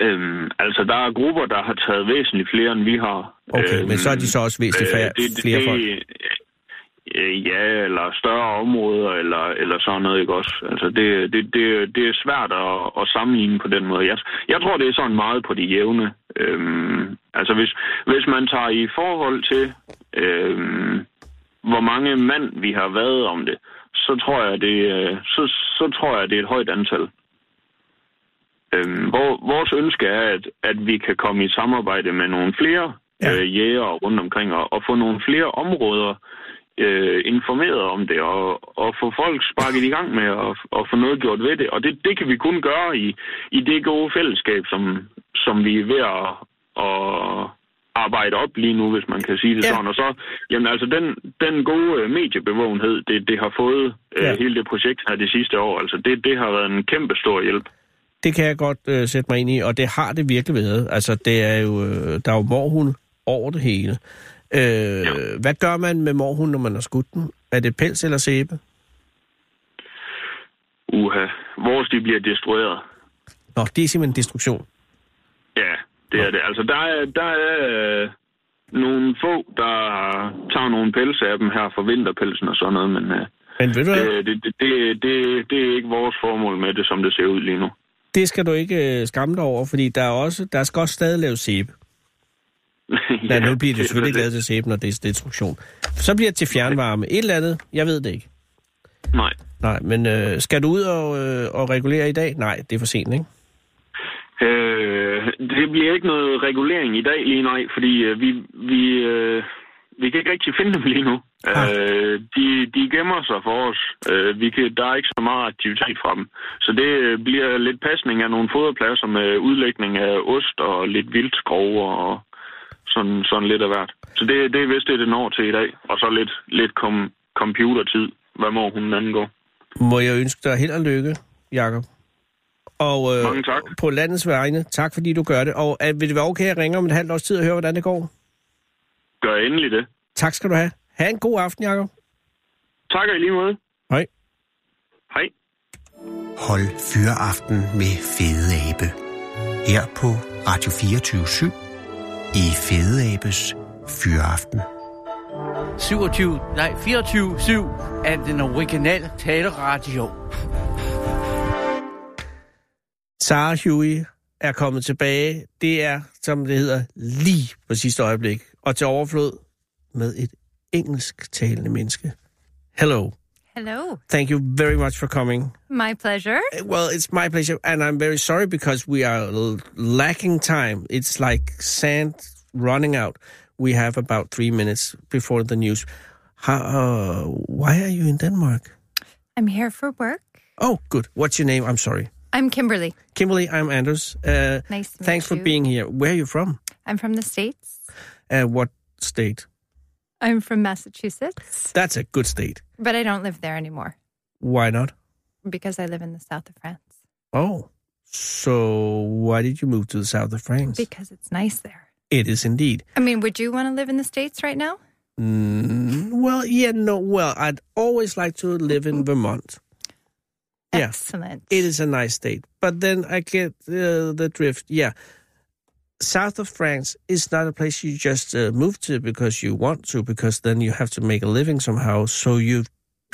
C: øhm, altså der er grupper, der har taget væsentligt flere, end vi har.
D: Okay, øhm, men så er de så også væsentligt færre,
C: Øh, det-
D: flere
C: det-
D: folk.
C: øh, Ja, eller større områder, eller, eller sådan noget, ikke også? Altså, det, det, det, det er svært at, at sammenligne på den måde. Jeg, jeg tror, det er sådan meget på det jævne. Øhm, altså, hvis, hvis man tager i forhold til, øhm, hvor mange mand vi har været om det, så tror jeg, det, øh, så, så tror jeg, det er et højt antal. Øhm, hvor, vores ønske er, at, at vi kan komme i samarbejde med nogle flere
D: Ja.
C: ja. øh, jæger rundt omkring, og, og få nogle flere områder øh, informeret om det, og, og få folk sparket i gang med at, og få noget gjort ved det. Og det, det kan vi kun gøre i, i det gode fællesskab, som, som vi er ved at, at arbejde op lige nu, hvis man kan sige det
D: Ja.
C: ja. sådan. Og så, jamen altså, den, den gode øh, mediebevågenhed, det, det har fået øh,
D: Ja.
C: ja. hele det projekt her det sidste år, altså det, det har været en kæmpe stor hjælp.
D: Det kan jeg godt øh, sætte mig ind i, og det har det virkelig været. Altså, det er jo, øh, der er jo morhunde over det hele. Øh, ja. Hvad gør man med morhund, når man har skudt den? Er det pels eller sæbe?
G: Uha. Vores, de bliver destrueret.
D: Nå, det er simpelthen destruktion.
G: Ja, det er det. Altså, der er, der er øh, nogle få, der tager nogle pelse af dem her for vinterpelsen og sådan noget, men øh,
D: Men ved du hvad?
G: det, det, det, det, det, det er ikke vores formål med det, som det ser ud lige nu.
D: Det skal du ikke øh, skamme dig over, fordi der, er også, der skal også stadig laves sæbe. Ja, nu bliver det selvfølgelig ikke lavet til sæbe, når det er destruktion. Så bliver det til fjernvarme. Et eller andet, jeg ved det ikke.
G: Nej.
D: Nej, men øh, skal du ud og, øh, og regulere i dag? Nej, det er for sent, ikke?
G: Øh, det bliver ikke noget regulering i dag lige nej, fordi øh, vi, vi, øh, vi kan ikke rigtig finde dem lige nu.
D: Ah.
G: Øh, de, de gemmer sig for os. Øh, vi kan, der er ikke så meget aktivitet fra dem. Så det øh, bliver lidt pasning af nogle foderpladser med udlægning af ost og lidt vildskov og sådan, sådan lidt af hvert. Så det, det er vist det, det når til i dag. Og så lidt, lidt kom, computertid, hvad må hun angår.
D: Må jeg ønske dig held og lykke, Jakob. Og øh,
G: Mange tak.
D: på landets vegne, tak fordi du gør det. Og øh, vil det være okay, at jeg ringer om et halvt års tid og høre, hvordan det går?
G: Gør endelig det.
D: Tak skal du have. Ha' en god aften, Jakob.
G: Tak og i lige måde.
D: Hej.
G: Hej.
A: Hold fyreaften med Fede Abe. Her på Radio 24 i Fede Abes Fyreaften.
H: 27, nej 24-7 af den originale taleradio.
D: Sarah Huey er kommet tilbage. Det er, som det hedder, lige på sidste øjeblik. Og til overflod med et engelsktalende menneske. Hello.
I: Hello.
D: Thank you very much for coming.
I: My pleasure.
D: Well, it's my pleasure, and I'm very sorry because we are l- lacking time. It's like sand running out. We have about three minutes before the news. How, uh, why are you in Denmark?
I: I'm here for work.
D: Oh, good. What's your name? I'm sorry.
I: I'm Kimberly.
D: Kimberly, I'm Anders. Uh,
I: Nice to meet
D: thanks for
I: you.
D: being here. Where are you from?
I: I'm from the States.
D: Uh, what state?
I: I'm from Massachusetts,
D: That's a good state.
I: but I don't live there anymore
D: Why not?
I: because I live in the south of France
D: Oh, so why did you move to the south of France?
I: because it's nice there.
D: It is indeed.
I: I mean, would you want to live in the States right now?
D: Mm, well, yeah, no. Well, I'd always like to live in Vermont. Yeah.
I: Excellent.
D: It is a nice state, but then I get uh, the drift. Yeah, south of France is not a place you just uh, move to because you want to, because then you have to make a living somehow. So you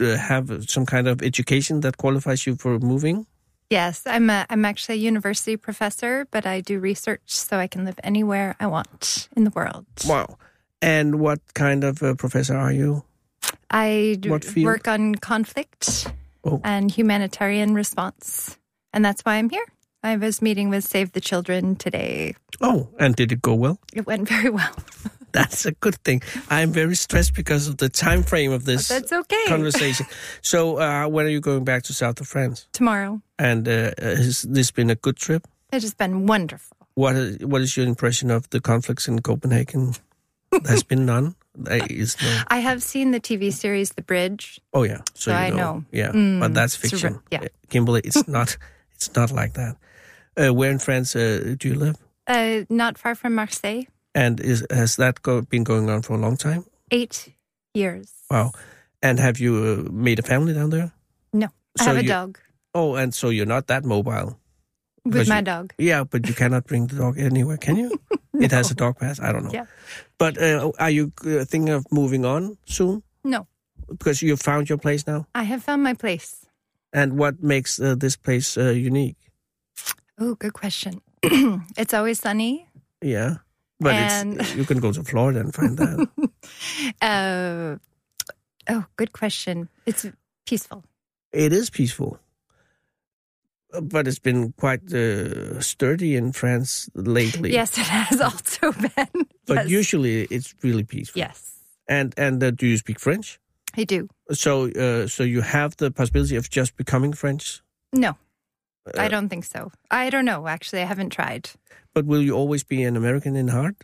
D: uh, have some kind of education that qualifies you for moving.
I: Yes, I'm a, I'm actually a university professor, but I do research so I can live anywhere I want in the world.
D: Wow. And what kind of uh, professor are you?
I: I do
D: What field?
I: work on conflict
D: Oh.
I: and humanitarian response, and that's why I'm here. I was meeting with Save the Children today.
D: Oh, and did it go well?
I: It went very well.
D: That's a good thing. I'm very stressed because of the time frame of this.
I: That's okay.
D: conversation. so, uh, when are you going back to South of France?
I: Tomorrow,
D: And uh, has this been a good trip?
I: it has been wonderful.
D: What is, what is your impression of the conflicts in Copenhagen? There's been none. There is no.
I: I have seen the TV series The Bridge.
D: Oh yeah, so,
I: So
D: you
I: I know.
D: Yeah,
I: Mm,
D: but that's
I: it's a re-
D: fiction. Uh,
I: yeah.
D: Kimberly, it's not. It's not like that. Uh, where in France uh, do you live?
I: Uh, not far from Marseille,
D: And is has that go, been going on for a long time?
I: eight years.
D: Wow. And have you uh, made a family down there?
I: No,
D: So
I: I have a
D: you-
I: dog
D: Oh, and so you're not that mobile.
I: with
D: Because
I: my
D: you-
I: dog.
D: Yeah, but you cannot bring the dog anywhere, can you? It has a dog pass. I don't know.
I: Yeah.
D: But uh, are you uh, thinking of moving on soon?
I: No,
D: Because you found your place now.
I: I have found my place.
D: And what makes uh, this place uh, unique?
I: Oh, good question. it's always sunny.
D: Yeah. But it's,
I: And-
D: you can go to Florida and find that.
I: Uh, oh, good question. It's peaceful.
D: it is peaceful. Uh, But it's been quite uh, sturdy in France lately.
I: Yes, it has also been.
D: But
I: yes.
D: usually it's really peaceful.
I: yes,
D: And and uh, do you speak French?
I: I do.
D: So uh, so you have the possibility of just becoming French.
I: No,
D: Uh,
I: I don't think so. I don't know. Actually, I haven't tried.
D: But will you always be an American in heart?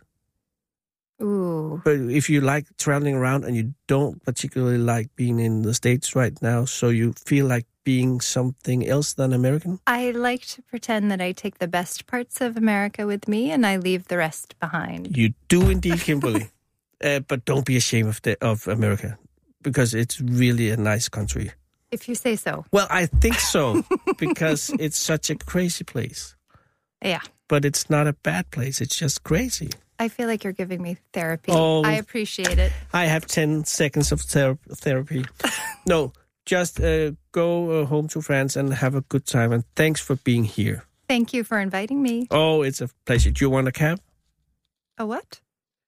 I: Ooh,
D: But if you like traveling around and you don't particularly like being in the States right now, so you feel like being something else than American?
I: I like to pretend that I take the best parts of America with me and I leave the rest behind.
D: You do indeed, Kimberly. Uh, but don't be ashamed of, the, of America, because it's really a nice country.
I: If you say so.
D: Well, I think so, because it's such a crazy place.
I: Yeah.
D: But it's not a bad place, it's just crazy.
I: I feel like you're giving me therapy.
D: Oh.
I: I appreciate it.
D: I have 10 seconds of ther- therapy. no, just uh, go uh, home to France and have a good time. And thanks for being here.
I: Thank you for inviting me.
D: Oh, it's a pleasure. Do you want a cab?
I: A what?